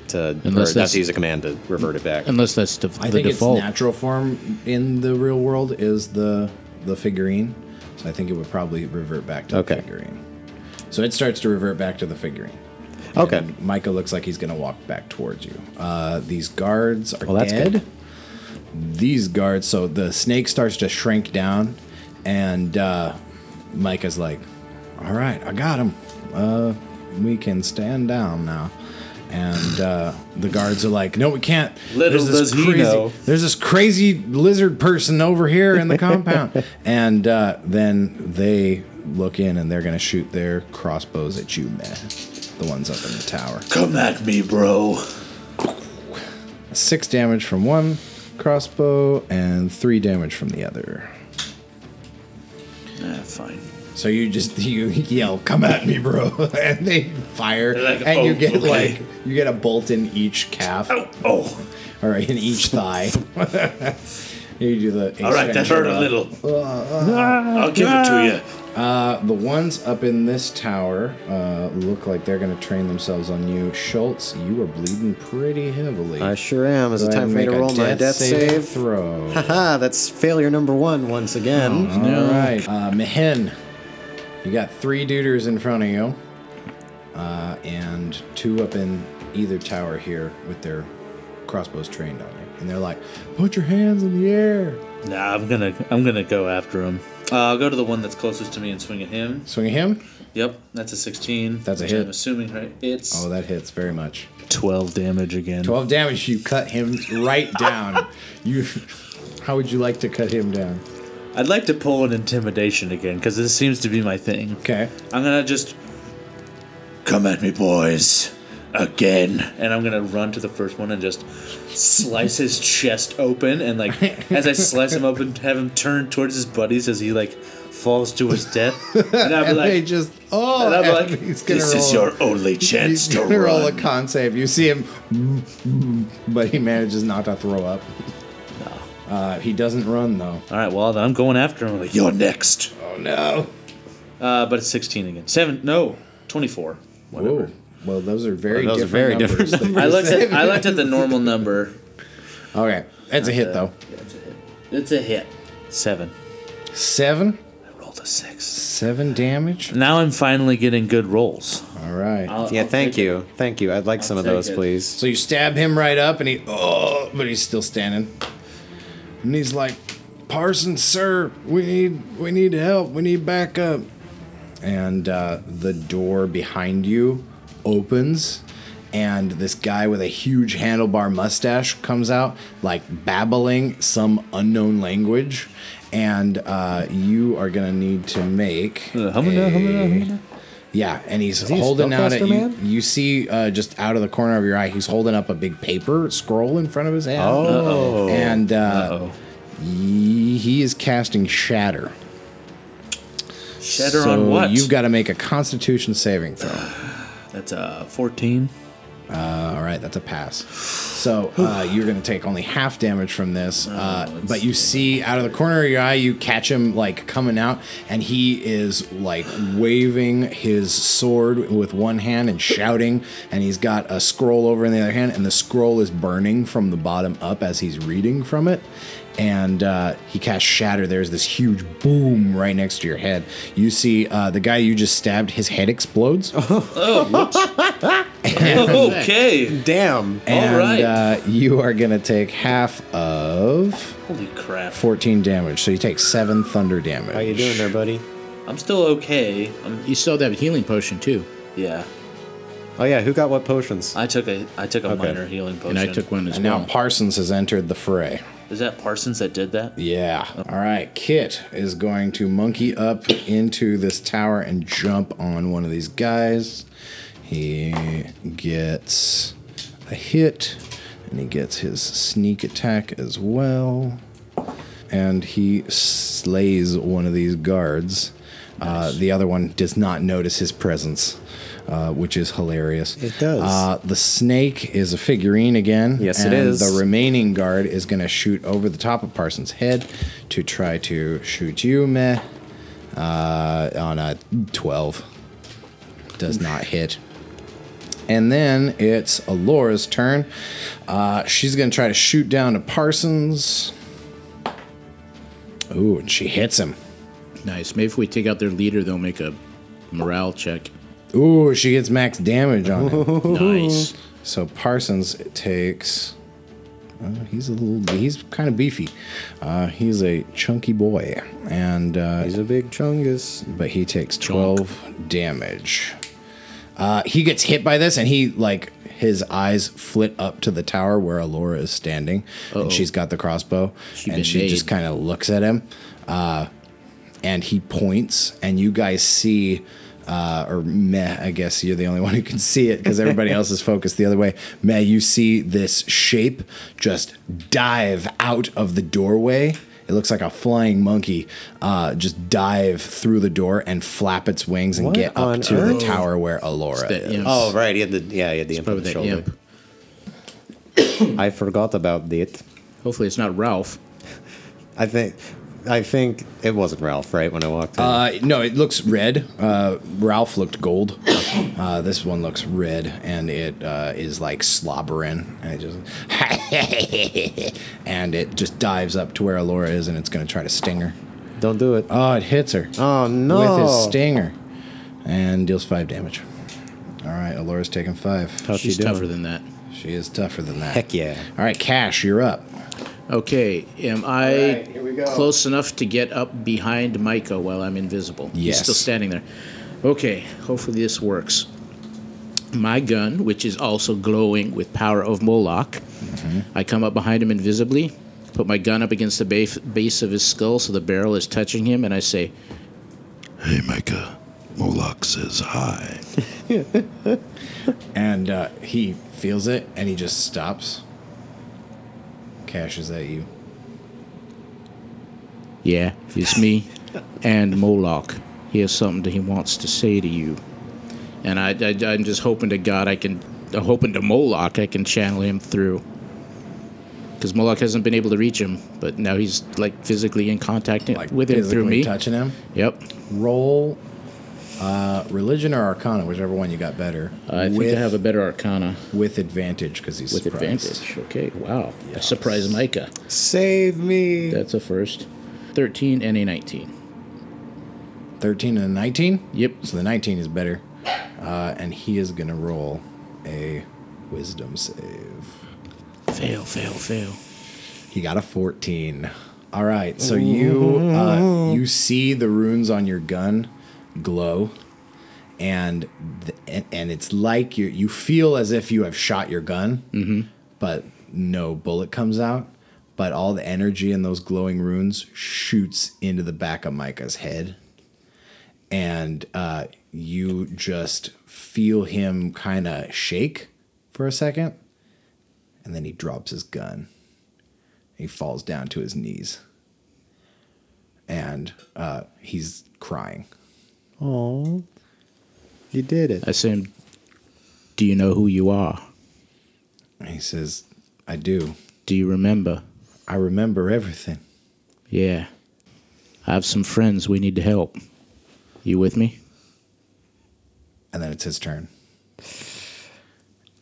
S3: to or
S4: Unless
S3: not
S4: that's-
S3: to use a command to revert it back.
S4: Unless that's the,
S2: I
S4: the
S2: think
S4: default.
S2: its natural form in the real world is the the figurine. So I think it would probably revert back to
S3: Okay.
S2: the figurine. So it starts to revert back to the figurine.
S3: Okay.
S2: And Micah looks like he's going to walk back towards you. Uh, these guards are
S3: Well, that's
S2: dead.
S3: good.
S2: These guards. So the snake starts to shrink down, and uh, Micah's like, "All right, I got him. Uh, we can stand down now." And uh, the guards are like, "No, we can't.
S5: Little does he
S2: crazy,
S5: know.
S2: There's this crazy lizard person over here in the compound." and uh, then they look in, and they're going to shoot their crossbows at you, man. The ones up in the tower.
S5: Come at me, bro.
S2: Six damage from one crossbow and three damage from the other.
S5: Ah, fine.
S2: So you just you yell, "Come at me, bro!" and they fire,
S5: They're like,
S2: and you
S5: "Oh,
S2: get
S5: okay."
S2: like you get a bolt in each calf
S5: Oh,
S2: or in each thigh. you do the
S5: all right, that hurt a little.
S2: Uh,
S5: I'll give it to you.
S2: The ones up in this tower uh, look like they're gonna train themselves on you. Schultz, you are bleeding pretty heavily.
S3: I sure am. Is
S2: Go
S3: it
S2: ahead
S3: time
S2: and
S3: for me
S2: make
S3: to
S2: a
S3: roll my death
S2: saving
S3: save?
S2: throw.
S3: Haha, that's failure number one once again.
S2: All right, uh, Mahen, you got three duders in front of you, uh, and two up in either tower here with their crossbows trained on you, and they're like, "Put your hands in the air."
S5: Nah, I'm gonna I'm gonna go after him. Uh, I'll go to the one that's closest to me and swing at him.
S2: Swing at him.
S5: Yep, that's a 16.
S2: That's a
S5: which
S2: hit.
S5: I'm assuming right. It's
S2: Oh, that hits very much.
S5: 12 damage again.
S2: Twelve damage. You cut him right down. you, how would you like to cut him down?
S5: I'd like to pull an intimidation again because this seems to be my thing.
S2: Okay.
S5: I'm gonna just come at me, boys. again. And I'm gonna run to the first one and just slice his chest open. And like, as I slice him open, have him turn towards his buddies as he like falls to his death. And I'll be
S2: And they
S5: like,
S2: just oh,
S5: and I'll be
S2: and
S5: like,
S2: he's gonna
S5: this is
S2: roll a-
S5: your only chance
S2: He's
S5: to
S2: gonna roll a
S5: run.
S2: con save. You see him, but he manages not to throw up.
S3: Ah.
S2: Uh, he doesn't run though.
S5: All right, well then I'm going after him. Like, you're next.
S2: Oh no!
S5: Uh, but it's 16 again. Seven? No, 24. Whatever.
S2: Whoa. Well, those are very
S3: Those are
S2: different
S3: very
S2: numbers.
S3: different
S5: I looked at I looked at the normal number.
S2: okay, that's a hit though.
S5: It's a hit. Seven.
S2: Seven,
S5: I rolled a six.
S2: seven damage.
S5: Now I'm finally getting good rolls.
S2: All right.
S5: I'll-
S3: Uh, Yeah,
S5: I'll
S3: thank
S5: take it.
S3: you. Thank you. I'd like some of
S5: take
S3: those,
S5: it.
S3: please.
S2: So you stab him right up, and he, oh, but he's still standing. And he's like, "Parson, sir, we need, we need help. We need backup." And uh, the door behind you opens, and this guy with a huge handlebar mustache comes out, like babbling some unknown language. And uh, you are gonna need to make.
S5: Uh, humana,
S2: a-
S5: humana, humana.
S2: yeah, and he's
S3: he a
S2: holding out at you.
S3: spellcaster man?
S2: You see, uh, just out of the corner of your eye, he's holding up a big paper scroll in front of his hand. Oh, and uh, he, he is casting Shatter.
S5: Shatter
S2: so
S5: on what?
S2: You've got to make a Constitution saving throw.
S5: That's uh, a 14.
S2: All right, that's a pass. So uh, you're going to take only half damage from this. Uh, but you see out of the corner of your eye, you catch him like coming out, and he is like waving his sword with one hand and shouting, and he's got a scroll over in the other hand, and the scroll is burning from the bottom up as he's reading from it. And uh, he casts Shatter. There's this huge boom right next to your head. You see uh, the guy you just stabbed, his head explodes.
S5: Okay.
S3: Damn.
S2: And
S5: All right.
S2: uh, you are going to take half of
S5: Holy crap.
S2: 14 damage. So you take 7 thunder damage.
S3: How you doing there, buddy?
S5: I'm still okay. I'm,
S4: You still have that healing potion too,
S5: yeah.
S3: Oh yeah, who got what potions?
S5: I took a I took a minor healing potion.
S4: and I took one as
S2: And now
S4: well.
S2: Parsons has entered the fray.
S5: Is that Parsons that did that?
S2: Yeah. All right. Kit is going to monkey up into this tower and jump on one of these guys. He gets a hit, and he gets his sneak attack as well. And he slays one of these guards. Uh, the other one does not notice his presence, uh, which is hilarious.
S3: It does.
S2: Uh, the snake is a figurine again.
S3: Yes,
S2: and
S3: it is.
S2: The remaining guard is going to shoot over the top of Parsons' head to try to shoot you, meh, uh, on a 12. Does not hit. And then it's Alora's turn. Uh, she's going to try to shoot down to Parsons. Ooh, and she hits him.
S4: Nice. Maybe if we take out their leader, they'll make a morale check.
S2: Ooh, she gets max damage on him.
S4: Nice.
S2: So Parsons takes. Uh, he's a little. He's kind of beefy. Uh, he's a chunky boy, and uh,
S3: He's a big chungus.
S2: but he takes twelve damage. Uh, he gets hit by this, and he like his eyes flit up to the tower where Alora is standing, and she's got the crossbow,
S4: She
S2: and
S4: been
S2: she
S4: made.
S2: just kind of looks at him, uh, and he points, and you guys see. Uh, or meh, I guess you're the only one who can see it because everybody else is focused the other way. Meh, you see this shape just dive out of the doorway. It looks like a flying monkey, uh, just dive through the door and flap its wings and
S3: What
S2: get up
S3: on
S2: to the
S3: earth?
S2: tower where Alora
S4: That
S2: is.
S4: imp.
S3: Oh right, he had the yeah, he had the imp on
S4: probably
S3: the
S4: that
S3: shoulder.
S4: imp.
S3: I forgot about that.
S4: Hopefully, it's not Ralph.
S3: I think I think it wasn't Ralph, right? When I walked in.
S2: Uh, no, it looks red. Uh, Ralph looked gold. Uh, this one looks red, and it uh, is like slobbering, and it just and it just dives up to where Alora is, and it's going to try to sting her.
S3: Don't do it.
S2: Oh, it hits her.
S3: Oh, no.
S2: With his stinger, and deals five damage. All right, Alora's taking five.
S3: How's she
S4: She's
S3: doing?
S4: tougher than that.
S2: She is tougher than that.
S3: Heck yeah.
S2: All right, Cash, you're up.
S4: Okay, am I
S3: Alright, here we go.
S4: close enough to get up behind Micah while I'm invisible?
S2: Yes.
S4: He's still standing there. Okay, hopefully this works. My gun, which is also glowing with power of Moloch, I come up behind him invisibly, put my gun up against the base, base of his skull so the barrel is touching him, and I say, Hey, Micah,
S6: Moloch says hi.
S2: And uh, he feels it and he just stops. Cash is at you.
S4: Yeah, it's me and Moloch. He has something that he wants to say to you. And I, I, I'm just hoping to God I can, I'm hoping to Moloch I can channel him through. Because Moloch hasn't been able to reach him, but now he's like physically in contact
S2: Like
S4: with him
S2: physically
S4: through me.
S2: touching him.
S4: Yep.
S2: Roll uh, religion or arcana, whichever one you got better.
S4: I think
S2: with,
S4: I have a better Arcana
S2: with advantage because he's
S4: with
S2: surprised.
S4: advantage. Okay, wow. I surprised Micah.
S3: Save me.
S4: That's a first. 13 and a 19.
S2: Thirteen and a nineteen.
S4: Yep.
S2: So the nineteen is better, uh, and he is gonna roll a wisdom save.
S4: Fail, fail, fail.
S2: He got a 14. All right, so you uh, you see the runes on your gun glow, and th- and, and it's like you you feel as if you have shot your gun, but no bullet comes out. But all the energy in those glowing runes shoots into the back of Micah's head, and uh, you just feel him kind of shake for a second, and then he drops his gun. He falls down to his knees. And uh, he's crying.
S3: Oh, you did it.
S4: I say, Do you know who you are?
S2: And he says, I do.
S4: Do you remember?
S2: I remember everything.
S4: Yeah. I have some friends we need to help. You with me?
S2: And then it's his turn.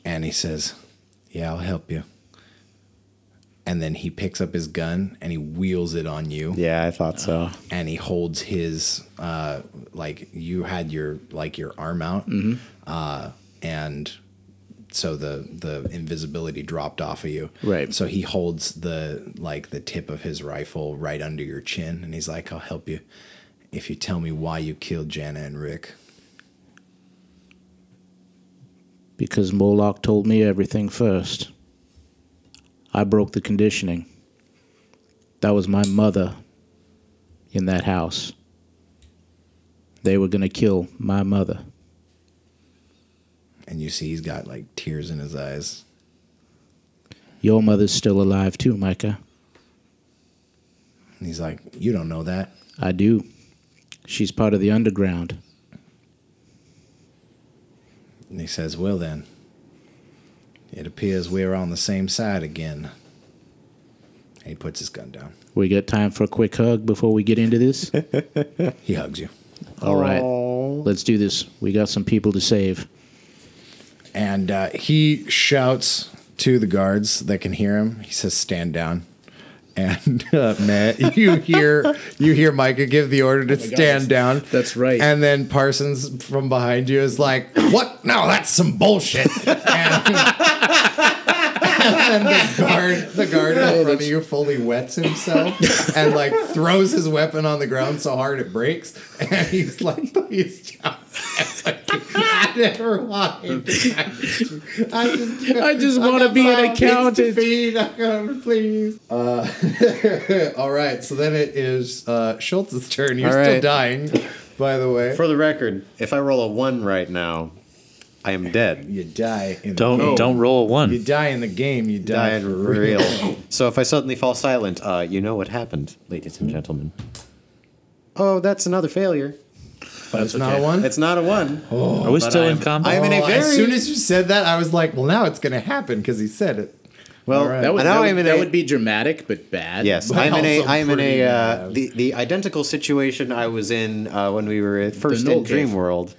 S2: And he says, Yeah, I'll help you. And then he picks up his gun and he wheels it on you.
S3: Yeah, I thought so.
S2: and he holds his uh like you had your like your arm out uh and so the the invisibility dropped off of you
S4: Right.
S2: so he holds the like the tip of his rifle right under your chin and he's like i'll help you if you tell me why you killed jana and rick
S4: Because Moloch told me everything first. I broke the conditioning. That was my mother in that house. They were going to kill my mother.
S2: and you see he's got like tears in his eyes
S4: Your mother's still alive too, Micah.
S2: and he's like you don't know that
S4: I do. She's part of the underground.
S2: and he says well then it appears we're on the same side again and he puts his gun down
S4: We got time for a quick hug before we get into this?
S2: He hugs you.
S4: All right. Let's do this. We got some people to save.
S2: And uh, he shouts to the guards that can hear him. He says, "Stand down." And uh, Matt, you hear you hear Micah give the order to stand down.
S4: Oh that's right.
S2: And then Parsons from behind you is like, "What? No, that's some bullshit." and, and then the guard, the guard in front of you, fully wets himself and like throws his weapon on the ground so hard it breaks. And he's like, "Please stop." I never lied. I just,
S4: I just wanna be an accountant.
S2: please. Uh, all right, so then it is uh, Schultz's turn. You're
S3: All
S2: still
S3: right.
S2: dying, by the way.
S3: For the record, if I roll a one right now, I am dead.
S2: you die. In
S5: Don't
S2: the game.
S5: don't roll a
S2: You
S5: one.
S2: die in the game. You die,
S3: Died
S2: for
S3: real.
S2: real.
S3: so if I suddenly fall silent, uh, you know what happened, ladies and gentlemen. Oh, that's another failure.
S2: But it's not a one.
S3: It's not a one.
S5: Are we still in combat?
S3: I'm in a
S2: Oh,
S3: very
S2: as soon as you said that, I was like, "Well, now it's going to happen" because he said it.
S3: well.
S2: right.
S3: That now
S4: that,
S3: I'm in
S4: that
S3: a,
S4: would be dramatic, but bad.
S3: Yes,
S2: But
S3: I'm in a
S2: also
S3: I'm in
S2: pretty
S3: a uh,
S2: bad.
S3: the the identical situation I was in uh, when we were at first
S4: Knoll
S3: in Dream
S4: Cave.
S3: World.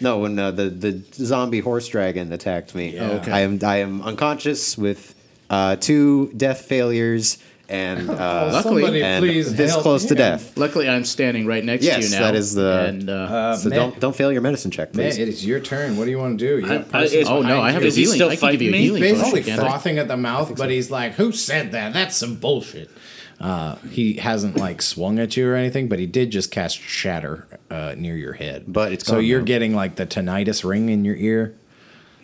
S3: No, when uh, the the zombie horse dragon attacked me.
S4: okay.
S3: I am I am unconscious with uh, two death failures and uh,
S4: Luckily-
S2: Somebody
S3: and
S2: please
S3: this
S2: help
S3: close to
S2: him.
S3: death.
S4: Luckily, I'm standing right next to
S3: Yes,
S4: you now.
S3: that is the-
S4: And, uh,
S3: so
S2: man.
S3: don't don't fail your medicine check,
S2: Man,
S3: please.
S2: it is your turn. What do you want to do? You
S5: I-
S2: got
S5: I-
S2: Parsons
S5: it's-
S4: oh no, I
S2: behind
S4: have
S2: you.
S4: a
S5: Is he
S4: healing.
S5: still
S4: I can give you a
S5: fighting me?
S4: healing
S2: He's
S4: potion,
S2: basically
S4: can't I?
S2: frothing at the mouth, but he's like, "Who said that? That's some bullshit." Uh, he hasn't like swung at you or anything, but he did just cast shatter uh, near your head.
S3: But it's
S2: so
S3: gone
S2: you're
S3: now.
S2: getting like the tinnitus ring in your ear.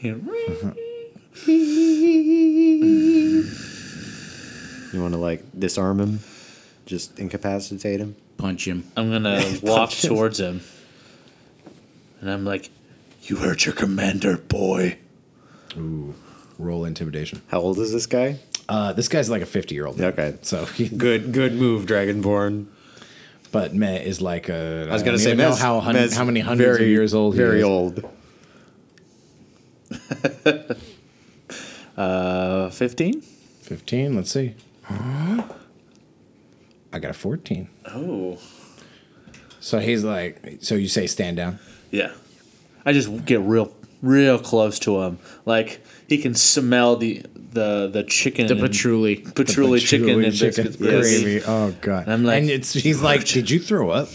S3: You want to like disarm him, just incapacitate him.
S4: Punch him.
S5: I'm gonna walk towards him And I'm like, You hurt your commander, boy.
S2: Ooh, roll intimidation.
S3: How old is this guy?
S2: Uh, this guy's like a 50 year old.
S3: Okay.
S2: So
S3: good, good move, Dragonborn.
S2: But Meh is like a.
S3: I was gonna
S2: don't
S3: say,
S2: even know
S3: Meh's-
S2: how, hun-
S3: Meh's
S2: how many hundreds
S3: very-
S2: of years old. he
S3: very
S2: is.
S3: old.
S5: Uh, 15?
S2: 15. Let's see. I got a 14.
S5: Oh.
S2: So he's like, so you say stand down.
S5: Yeah. I just get real, real close to him. Like, he can smell the. The, the chicken
S4: The
S5: and-
S4: patchouli.
S5: patchouli chicken
S2: Patchouli
S5: and
S2: chicken
S5: biscuits
S2: gravy. Oh god!
S5: I'm like-
S2: and it's he's like, did you throw up?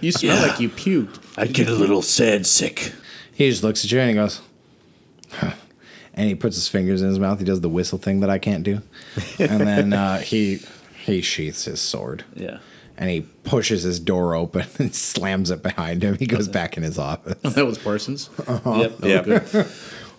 S4: You smell
S5: Yeah.
S4: like you puked.
S5: I get a little sad sick.
S2: He just looks at you and he goes, "Huh." and he puts his fingers in his mouth. He does the whistle thing that I can't do, and then uh, he he sheaths his sword
S5: Yeah.
S2: and he pushes his door open and slams it behind him. He goes back in his office.
S4: That was Parsons.
S3: Oh,
S5: Yep. Yep.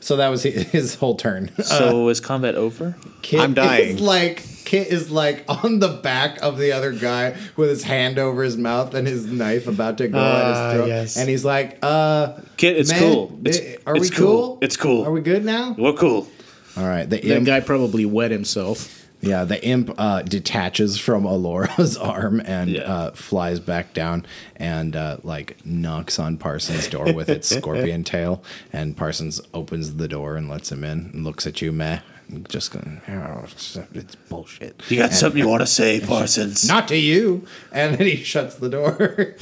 S2: So that was his, his whole turn.
S5: So is combat over?
S2: Kit
S3: I'm dying.
S2: Is like Kit is like on the back of the other guy with his hand over his mouth and his knife about to go at his throat,
S3: yes.
S2: and he's like, "Uh,
S5: Kit, it's
S2: man,
S5: cool. It's,
S2: eh, are
S5: it's
S2: we cool?
S5: It's cool.
S2: Are we good now?"
S5: We're cool.
S2: All right. The
S4: That
S2: imp,
S4: guy probably wet himself.
S2: yeah, the imp uh, detaches from Alora's arm and
S5: Yeah.
S2: uh, flies back down and uh, like knocks on Parsons' door with its scorpion tail, and Parsons opens the door and lets him in and looks at you, meh. and Just going, "Oh, it's- it's bullshit.
S5: You got something you want to say, Parsons?
S2: Not to you. And then he shuts the door.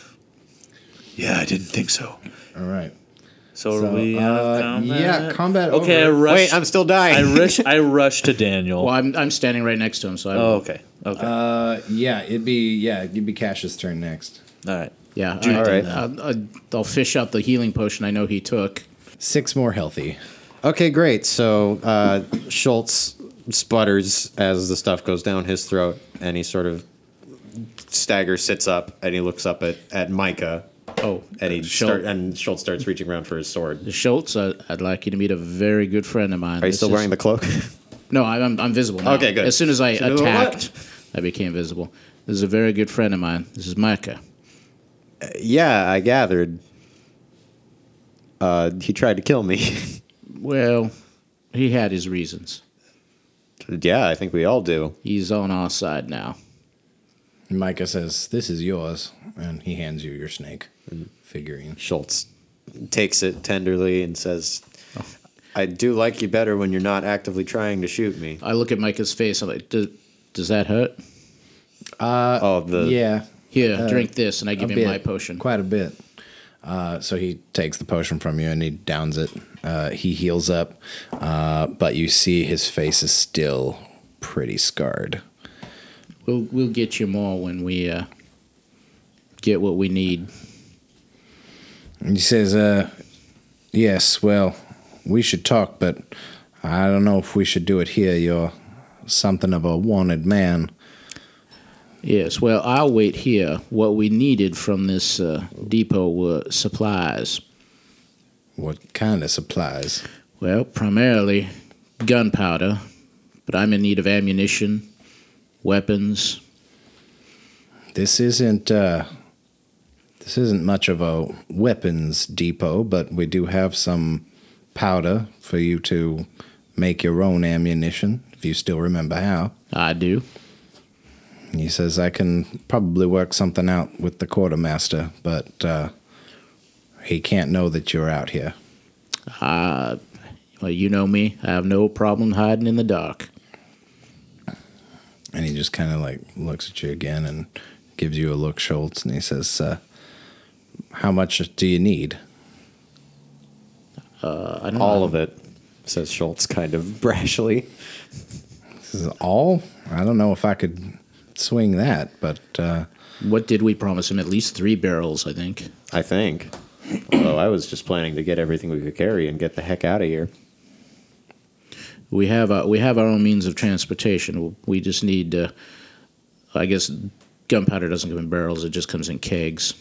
S5: Yeah, I didn't think so.
S2: All right.
S5: So,
S2: So,
S5: are we out of
S2: uh,
S5: combat?
S2: yeah, combat
S5: Okay,
S2: over.
S5: I rush.
S3: Wait, I'm still dying.
S5: I rush. I rush to Daniel.
S4: Well, I'm, I'm standing right next to him, so I
S5: Oh, okay. Okay.
S2: Uh, yeah, it'd be yeah, it'd be Cash's turn next.
S5: All right.
S4: yeah.
S3: you-
S4: I,
S3: All right.
S4: I, will fish out the healing potion I know he took.
S2: Six more healthy.
S3: Okay, great. So uh, Schultz sputters as the stuff goes down his throat, and he sort of staggers, sits up, and he looks up at, at Micah,
S4: Oh,
S3: and he
S4: Schul-
S3: start, and Schultz starts reaching around for his sword.
S4: Schultz, I, I'd like you to meet a very good friend of mine.
S3: Are you still wearing the cloak?
S4: No, I- I'm, I'm visible now.
S3: Okay, good.
S4: As soon as I
S3: Soon as I-
S4: attacked, I became visible. This is a very good friend of mine. This is Micah.
S3: yeah, I gathered. Uh, he tried to kill me.
S4: Well, he had his reasons.
S3: yeah, I think we all do.
S4: He's on our side now.
S2: Micah says, This is yours. And he hands you your snake
S4: Mm-hmm.
S2: figurine.
S3: Schultz takes it tenderly and says, "I do like you better when you're not actively trying to shoot me."
S4: I look at Micah's face. I'm like, does, does that hurt? Uh,
S3: oh, the
S2: Yeah.
S4: Here,
S3: Uh,
S4: drink this, and I give
S2: a
S4: him
S2: bit,
S4: my potion.
S2: Quite a bit. Uh, so he takes the potion from you and he downs it. Uh, he heals up, uh, but you see his face is still pretty scarred.
S4: We'll we'll get you more when we uh, get what we need.
S2: And he says, uh, Yes, well, we should talk, but I don't know if we should do it here. You're something of a wanted man.
S4: Yes. Well, I'll wait here. What we needed from this uh, depot were supplies.
S2: What kind of supplies?
S4: Well, primarily gunpowder, but I'm in need of ammunition, weapons.
S2: This isn't uh, this isn't much of a weapons depot, but we do have some powder for you to make your own ammunition, if you still remember how.
S4: I do.
S2: And he says, I can probably work something out with the quartermaster, but uh, he can't know that you're out here.
S4: I, well, you know me. I have no problem hiding in the dark.
S2: And he just kind of like looks at you again and gives you a look, Schultz, and he says, uh, "How much do you need?"
S4: I don't
S3: all
S4: know.
S3: of it," says Schultz, kind of brashly.
S2: This is all. I don't know if I could swing that, but uh,
S4: What did we promise him? At least three barrels, I think.
S3: I think. Although I was just planning to get everything we could carry and get the heck out of here.
S4: We have our, we have our own means of transportation. We just need, uh, I guess, gunpowder doesn't come in barrels. It just comes in kegs,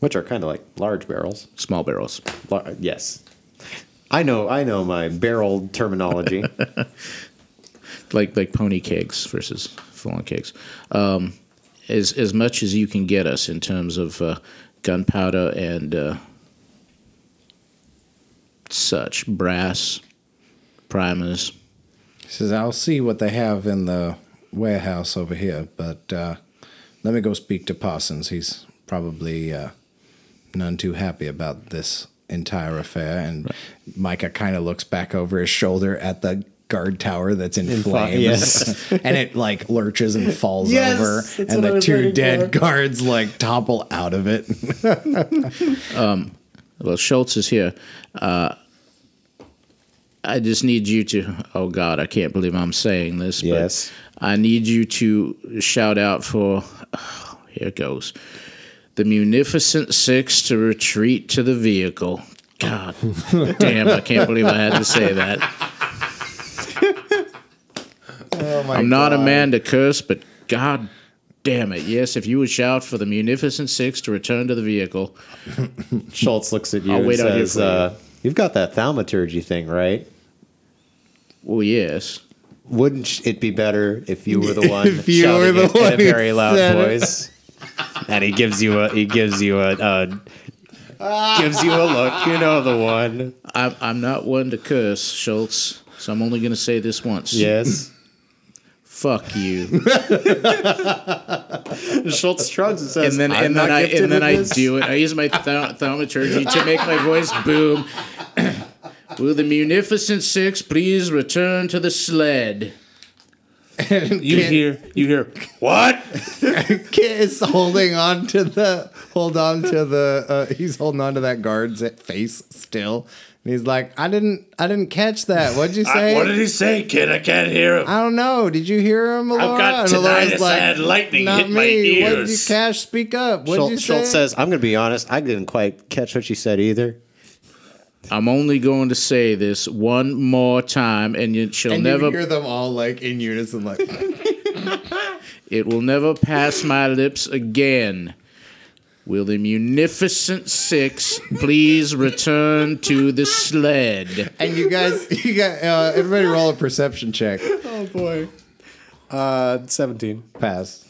S3: Which are kind of like large barrels.
S4: small barrels.
S3: Lar- yes. I know I know my barrel terminology.
S4: like like pony cakes versus full on cakes. Um, as as much as you can get us in terms of uh, gunpowder and uh, such brass primers.
S2: He says, I'll see what they have in the warehouse over here, but uh, let me go speak to Parsons. He's probably uh, none too happy about this entire affair. And Micah kind of looks back over his shoulder at the guard tower that's in,
S3: In fi-
S2: flames.
S3: yes.
S2: and it like lurches and falls
S3: Yes, that's
S2: over, and
S3: what I
S2: the
S3: was
S2: two
S3: waiting
S2: dead
S3: for.
S2: guards like topple out of it.
S4: Well, Schultz is here. Uh, I just need you to. Oh God, I can't believe I'm saying this. but
S3: Yes.
S4: I need you to shout out for. here it goes. The Munificent Six to retreat to the vehicle. God damn! I can't believe I had to say that. I'm not a man to curse, but God damn it! Yes, if you would shout for the Munificent Six to return to the vehicle,
S3: Schultz looks at you
S4: I'll
S3: and
S4: wait out here
S3: says,
S4: for you.
S3: uh, "You've got that thaumaturgy thing, right?
S4: well, yes.
S3: Wouldn't it be better if you were the one
S2: If you
S3: shouting
S2: were the
S3: it
S2: one
S3: in a
S2: who
S3: very loud
S2: said it.
S3: voice?" and he gives you a he gives you a uh, gives you a look. You know the one.
S4: I'm, I'm not one to curse, Schultz, so I'm only going to say this once.
S3: Yes.
S4: Fuck you.
S3: Schultz shrugs and says,
S4: And then and then I and then I do it. I use my thau- thaumaturgy to make my voice boom. Will the Munificent Six please return to the sled?
S5: You hear, you hear, what?
S2: Kit is holding on to the hold on to the uh, he's holding on to that guard's face still and he's like i didn't i didn't catch that what'd you
S5: I,
S2: say
S5: what did he say, kid? I can't hear him.
S2: I don't know. Did you hear him, Alora?
S5: got
S2: And Alora's
S5: tinnitus. I had lightning
S2: Not
S5: hit
S2: me.
S5: my
S2: What did you
S5: ears."
S2: cash speak up? What did you
S3: Schultz,
S2: say?
S3: Schultz says, "I'm going to be honest. I didn't quite catch what you said either."
S4: I'm only going to say this one more time, and it shall
S2: and
S4: never
S2: you hear them all like in unison, like
S4: It will never pass my lips again. Will the Munificent Six please return to the sled?
S2: and you guys you got uh, everybody roll a perception check.
S3: Oh boy. Uh, seventeen.
S2: Pass.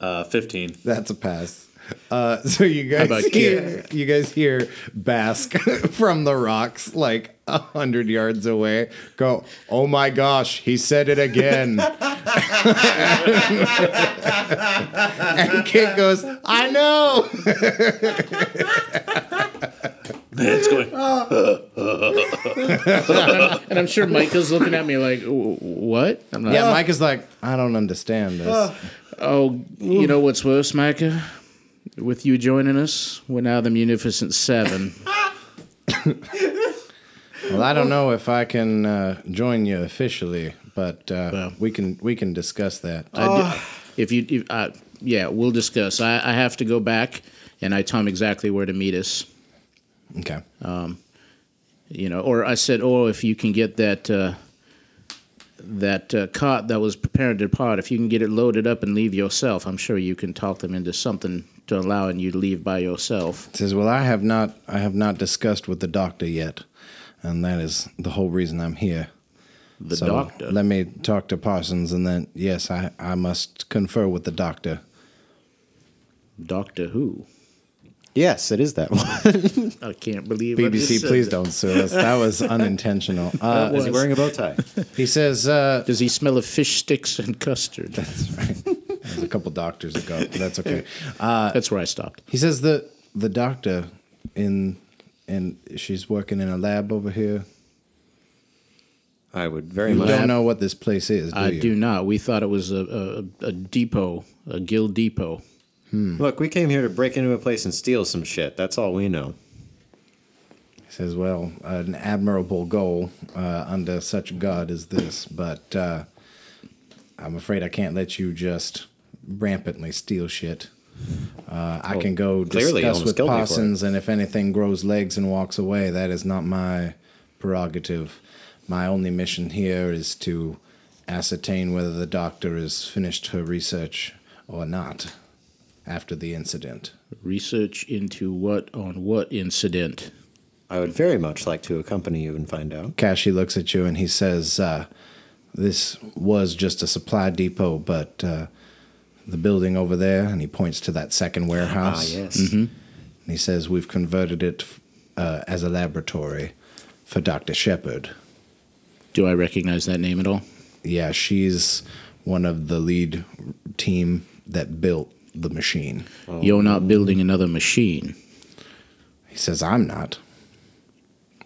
S5: Uh, 15.
S2: That's a pass. Uh, so you guys
S4: about
S2: hear, you guys hear Bask from the rocks like a hundred yards away go, oh my gosh, he said it again. and Kid goes, I know.
S5: Man's going,
S4: And I'm sure Michael's looking at me like, "Wh- what? I'm like,
S2: Yeah, Mike is like, I don't understand this.
S4: oh, you know what's worse, Micah? With you joining us, we're now the Munificent Seven.
S2: Well, I don't know if I can uh, join you officially, but uh, we can we can discuss that.
S4: I di- if you, if, uh, yeah, we'll discuss. I, I have to go back, and I tell him exactly where to meet us.
S2: okay.
S4: you know or i said oh if you can get that uh, that uh, cot that was preparing to depart if you can get it loaded up and leave yourself i'm sure you can talk them into something to allowing you to leave by yourself
S2: says, "Well, I have not, I have not discussed with the doctor yet, and that is the whole reason I'm here."
S4: the
S2: So
S4: doctor
S2: let me talk to Parsons, and then yes, I, I must confer with the doctor.
S4: doctor who
S3: Yes, it is that one.
S4: i can't believe I just
S2: BBC,
S4: said
S2: please
S4: that.
S2: don't sue us. That was unintentional. Uh,
S3: Is he wearing a bow tie?
S2: he says, uh,
S4: does he smell of fish sticks and custard
S2: "There's a couple doctors ago. but That's okay."
S4: Uh, that's where i stopped
S2: He says the the doctor in and she's working in a lab over here.
S3: I would very
S2: You
S3: much.
S2: don't know what this place is, do
S4: i
S2: you?
S4: do not we thought it was a, a, a depot a guild depot
S3: Look, we came here to break into a place and steal some shit. That's all we know.
S2: says, "Well, an admirable goal uh, under such God as this, but uh, I'm afraid I can't let you just rampantly steal shit. Uh, I can go
S3: clearly you
S2: discuss
S3: almost
S2: with
S3: killed me for it.
S2: Parsons, and if anything grows legs and walks away, that is not my prerogative. My only mission here is to ascertain whether the doctor has finished her research or not after the incident."
S4: research into what on what incident
S3: I would very much like to accompany you and find out.
S2: Kashi looks at you and he says, uh, This was just a supply depot, but uh, the building over there, and he points to that second warehouse.
S4: Ah, yes.
S2: Mhm. And he says, We've converted it uh, as a laboratory for Dr. Shepard.
S4: Do I recognize that name at all?
S2: Yeah, she's one of the lead team that built the machine.
S4: You're not building another machine.
S2: He says, I'm not.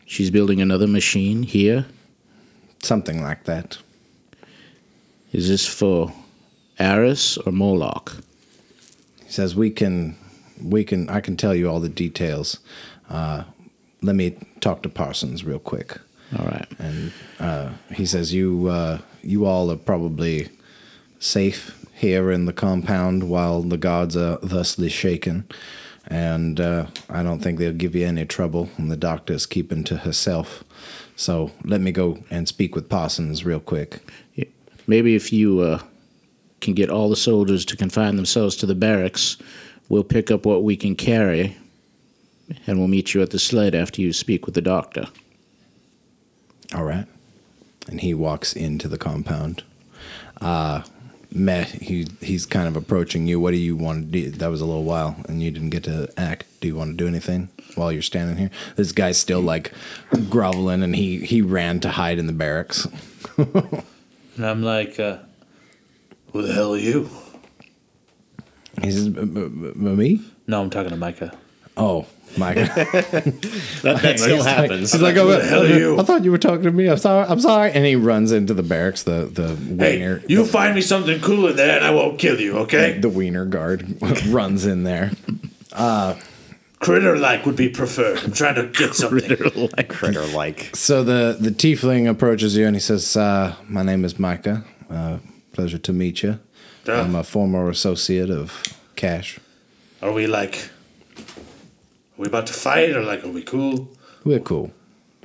S4: She's building another machine here?
S2: Something like that.
S4: Is this for Aris or Moloch?
S2: He says, "We can, we can. I can tell you all the details. Uh, let me talk to Parsons real quick."
S4: All right.
S2: And uh, he says, "You, uh, you all are probably safe here in the compound while the guards are thusly shaken, and uh, I don't think they'll give you any trouble. And the doctor's keeping to herself." So let me go and speak with Parsons real quick.
S4: Maybe if you uh, can get all the soldiers to confine themselves to the barracks, we'll pick up what we can carry, and we'll meet you at the sled after you speak with the doctor.
S2: All right. And he walks into the compound. Uh, Meh, he, he's kind of approaching you. What do you want to do? That was a little while and you didn't get to act. Do you want to do anything while you're standing here? This guy's still like groveling and he, he ran to hide in the barracks.
S5: And I'm like, uh, who the hell are you?
S2: He says, "B- b- b- me?
S5: No, I'm talking to Micah.
S2: Oh, Micah.
S5: That, that
S2: He's like- He's like,
S5: who
S2: oh,
S5: the hell are you?
S2: I thought you were talking to me. I'm sorry. I'm sorry. And he runs into the barracks, the, the
S5: Hey,
S2: wiener,
S5: you find me something cooler than that, and I won't kill you, okay?
S2: the wiener guard runs in there.
S5: Critter like would be preferred. I'm trying to get something.
S3: Critter like.
S2: So the the tiefling approaches you and he says, uh, "My name is Micah. Uh, pleasure to meet you.
S5: Duh.
S2: I'm a former associate of Cash.
S5: Are we like, are we about to fight, or like, are we cool?
S2: We're cool.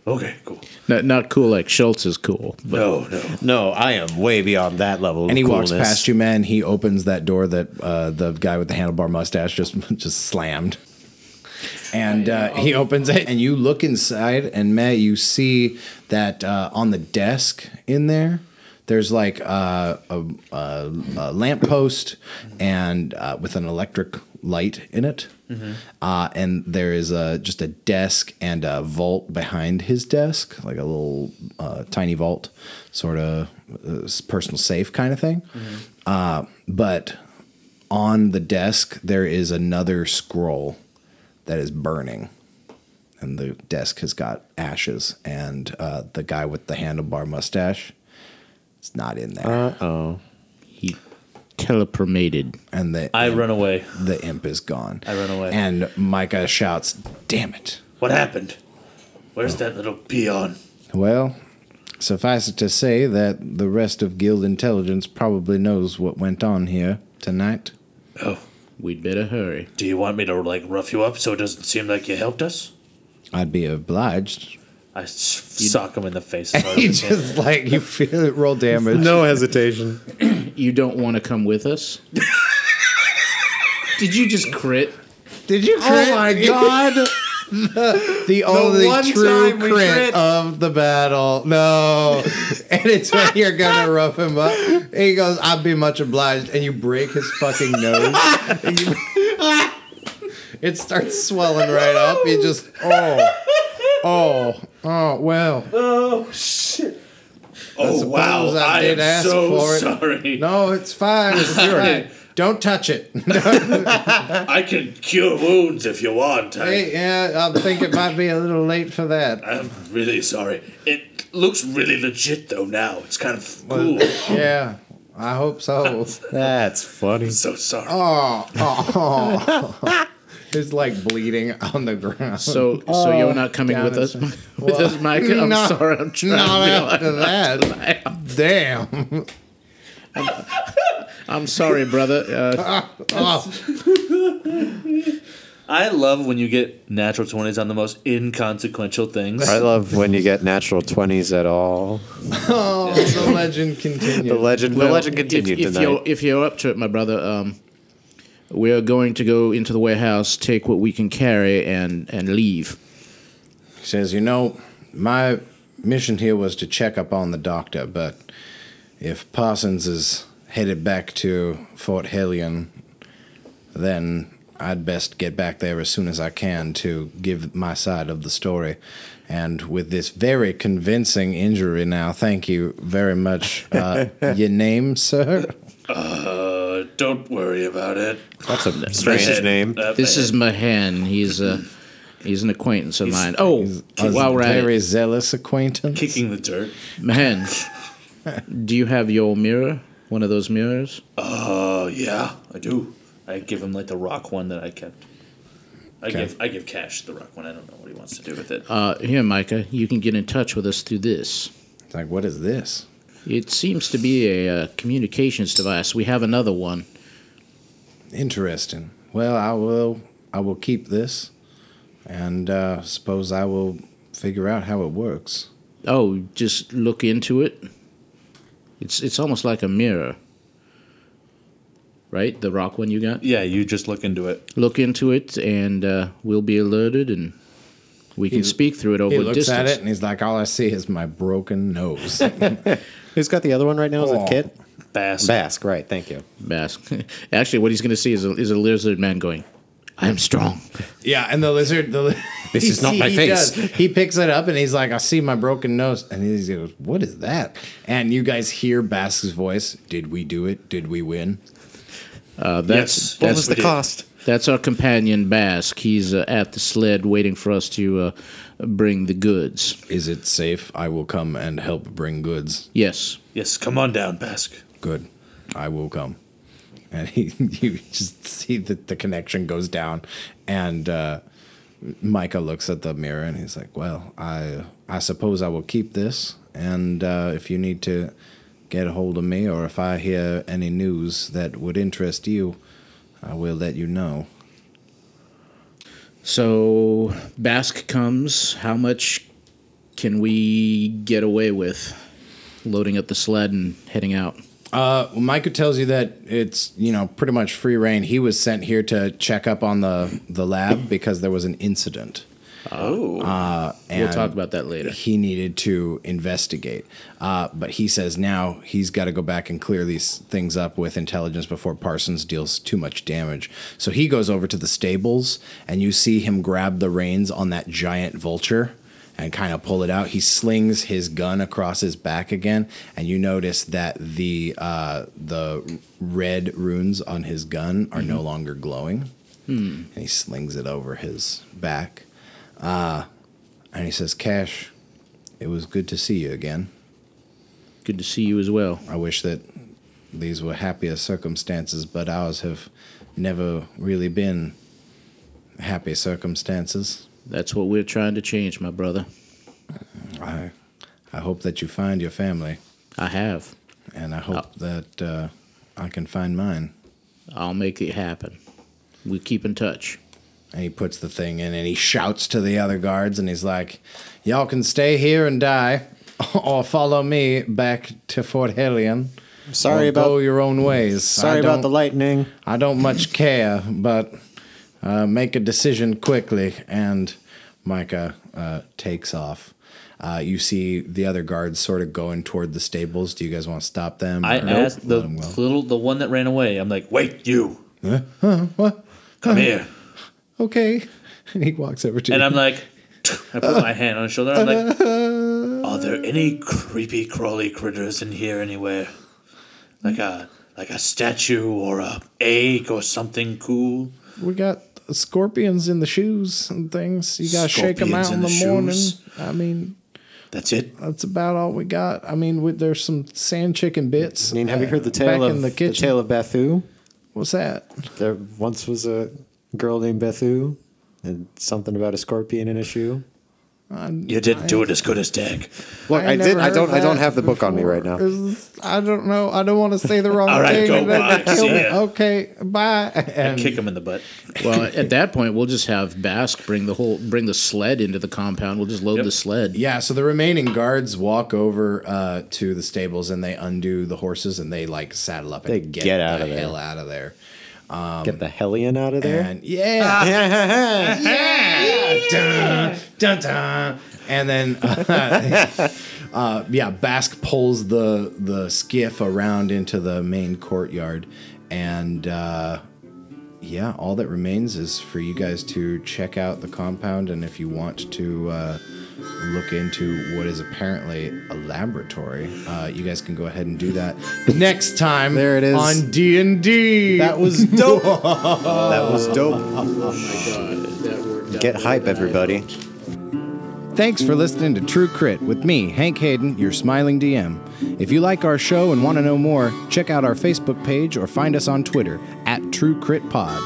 S5: Okay, cool.
S4: Not, not cool like Schultz is cool. But
S5: No, no.
S3: No, I am way beyond that level.
S2: And he walks past you, man. He opens that door that uh, the guy with the handlebar mustache just just slammed. And uh, he opens it, and you look inside, and Matt, you see that uh, on the desk in there, there's like uh, a, a, a lamppost and uh, with an electric light in it, uh, and there is a, just a desk and a vault behind his desk, like a little uh, tiny vault, sort of uh, personal safe kind of thing. Uh, but on the desk there is another scroll that is burning and the desk has got ashes and uh, the guy with the handlebar mustache is not in there
S5: Uh,
S4: he telepromated.
S2: and the
S5: I run away.
S2: the imp is gone
S5: I run away.
S2: and micah shouts damn it
S5: What happened? Where's that little peon?
S2: well suffice it to say that the rest of guild intelligence probably knows what went on here tonight
S5: Oh,
S4: We'd better hurry.
S5: do you want me to like rough you up so it doesn't seem like you helped us?
S2: i'd be obliged
S5: I s- sock him in the face. as hard
S2: he
S5: as I can.
S2: just like you feel it roll damage
S3: No hesitation.
S4: You don't want to come with us? Did you just crit?
S2: Did you crit? Oh my god. The, the only
S3: one
S2: true
S3: time we
S2: crit,
S3: crit.
S2: of the battle. No. and it's when you're going to rough him up. And he goes, I'd be much obliged. And you break his fucking nose. And you- it starts swelling right up. You just, oh. Oh. Oh, well.
S5: Oh wow!
S2: suppose I
S5: I,
S2: did
S5: am
S2: ask
S5: so
S2: for it.
S5: sorry.
S2: No, it's fine. It's fine. Don't touch it.
S5: I can cure wounds if you want. I,
S2: Hey, yeah, I think it might be a little late for that.
S5: I'm really sorry. It looks really legit though. Now it's kind of cool.
S2: Yeah, I hope so.
S3: That's funny.
S5: so sorry.
S2: Oh, It's like bleeding on the ground.
S4: So,
S2: Oh,
S4: so you're not coming
S2: down
S4: with
S2: in
S4: us,
S2: some-
S4: with us, Micah? I'm
S2: No,
S4: sorry, I'm trying.
S2: Not
S4: to be like-
S2: after that. Damn.
S4: I'm sorry, brother. Uh,
S2: Oh,
S5: I love when you get natural twenties on the most inconsequential things.
S3: I love when you get natural 20s at all.
S2: Oh, the legend continues.
S3: The legend, the
S4: well,
S3: legend continued
S4: if, if
S3: tonight.
S4: You're, if you're up to it, my brother, um, we are going to go into the warehouse, take what we can carry, and and leave.
S2: He says, You know, my mission here was to check up on the doctor, but if Parsons is headed back to Fort Helion, then I'd best get back there as soon as I can to give my side of the story. And with this very convincing injury now, thank you very much. Uh, your name, sir?
S5: Uh, don't worry about it.
S3: That's a
S5: Strange
S3: strange name.
S5: Uh,
S4: This is Mahan. He's a he's an acquaintance of mine. Oh, while we're at
S2: very
S4: it,
S2: zealous acquaintance.
S5: Kicking the dirt.
S4: Mahan, do you have your mirror? One of those mirrors?
S5: Uh, yeah, I do. I give him like the rock one that I kept. I give I give Cash the rock one. I don't know what he wants to do with it.
S4: Uh, here, Micah, you can get in touch with us through this.
S2: It's like, what is this?
S4: It seems to be a uh, communications device. We have another one.
S2: Interesting. Well, I will. I will keep this, and uh, suppose I will figure out how it works.
S4: Oh, just look into it. It's it's almost like a mirror. Right? The rock one you got?
S5: yeah, you just look into it.
S4: Look into it and uh, we'll be alerted and we can speak through it over
S2: He looks
S4: distance.
S2: at it and he's like, "All I see is my broken nose."
S3: Who's got the other one right now? Is
S2: Aw.
S3: it Kit?
S5: Bass.
S3: Bask, right. Thank you.
S4: Mask. Actually, what he's going to see is a, is a lizard man going, I am strong.
S2: yeah, and the lizard. The li-
S3: This is not my
S2: he
S3: face.
S2: does. He picks it up and he's like, "I see my broken nose," and he goes, "What is that?" And you guys hear Bask's voice. Did we do it? Did we win?
S4: Uh, that's
S5: Yes.
S3: What
S5: Yes,
S3: was
S5: we
S3: the
S5: did.
S3: cost?
S4: That's our companion Bask. He's uh, at the sled waiting for us to uh, bring the goods.
S2: Is it safe? I will come and help bring goods.
S4: Yes.
S5: Yes, come on down, Bask.
S2: good i will come and he you just see that the connection goes down and uh micah looks at the mirror and he's like well i i suppose i will keep this and uh if you need to get a hold of me or if i hear any news that would interest you i will let you know
S4: So Basque comes. How much can we get away with loading up the sled and heading out?
S2: Uh, Micah tells you that it's you know pretty much free reign. He was sent here to check up on the the lab because there was an incident. Oh, uh, and
S4: We'll talk about that later.
S2: He needed to investigate, uh, but he says now he's got to go back and clear these things up with intelligence before Parsons deals too much damage. So he goes over to the stables, and you see him grab the reins on that giant vulture and kind of pull it out. He slings his gun across his back again, and you notice that the uh, the red runes on his gun are no longer glowing. And he slings it over his back, uh, and he says, "Cash, it was good to see you again.
S4: Good to see you as well.
S2: I wish that these were happier circumstances, but ours have never really been happy circumstances."
S4: That's what we're trying to change, my brother.
S2: I I hope that you find your family.
S4: I have.
S2: and I hope
S3: Oh.
S2: that uh, I can find mine.
S4: I'll make it happen. We keep in touch.
S2: And he puts the thing in and he shouts to the other guards and he's like, Y'all can stay here and die or follow me back to Fort Helion.
S3: Sorry
S2: or go
S3: about
S2: your own ways.
S3: sorry
S2: I
S3: about the
S2: don't-
S3: lightning.
S2: I don't much care, but uh, make a decision quickly. And Micah uh, takes off. Uh, you see the other guards sort of going toward the stables. Do you guys want to stop them?
S5: I
S2: or
S5: asked the
S2: let 'em go?
S5: little the one that ran away. I'm like, wait, you.
S2: What?
S5: Come here.
S2: Okay. And he walks over to
S5: And
S2: you.
S5: I'm like, I put my hand on his shoulder. I'm like, are there any creepy crawly critters in here anywhere? Like a like a statue or a egg or something cool.
S2: We got scorpions in the shoes and things. You gotta shake 'em shake them
S5: Scorpions
S2: out in,
S5: in
S2: the,
S5: the
S2: morning.
S5: shoes.
S2: I mean,
S5: That's it.
S2: that's about all we got. I mean, with, there's some sand chicken bits.
S3: I mean, have you
S2: uh,
S3: heard the tale
S2: back
S3: of
S2: in the
S3: the,
S2: kitchen?
S3: tale of Bethu?
S2: What's that?
S3: There once was a girl named Bethu, and something about a scorpion in a shoe.
S5: You didn't do it as good as Dag.
S3: Look, I,
S2: never
S3: did. I
S2: heard
S3: don't. I don't
S2: that
S3: have the book on me
S2: before.
S3: right now.
S2: Is- I don't know. I don't want to say the wrong
S5: All right,
S2: thing.
S5: go
S2: and then
S5: bye.
S2: they kill
S5: See
S2: me.
S5: ya.
S2: Okay, bye. And
S5: Kick him in the butt.
S4: Well, at that point, we'll just have Basque bring the whole bring the sled into the compound. We'll just load the sled.
S2: Yeah, so the remaining guards walk over uh, to the stables and they undo the horses and they like saddle up and
S3: They get out
S2: the
S3: of there.
S2: hell out of there.
S3: Get the hellion out of there.
S2: And yeah, yeah, Dun, dun, dun. And then uh, Uh, yeah, Basque pulls the the skiff around into the main courtyard, and uh, yeah, all that remains is for you guys to check out the compound, and if you want to uh, look into what is apparently a laboratory, uh, you guys can go ahead and do that next time. There it
S3: is.
S2: on D and D.
S3: That was dope. that was dope. Get hype, everybody.
S1: Thanks for listening to True Crit with me, Hank Hayden, your smiling DM. If you like our show and want to know more, check out our Facebook page or find us on Twitter at True Crit Pod.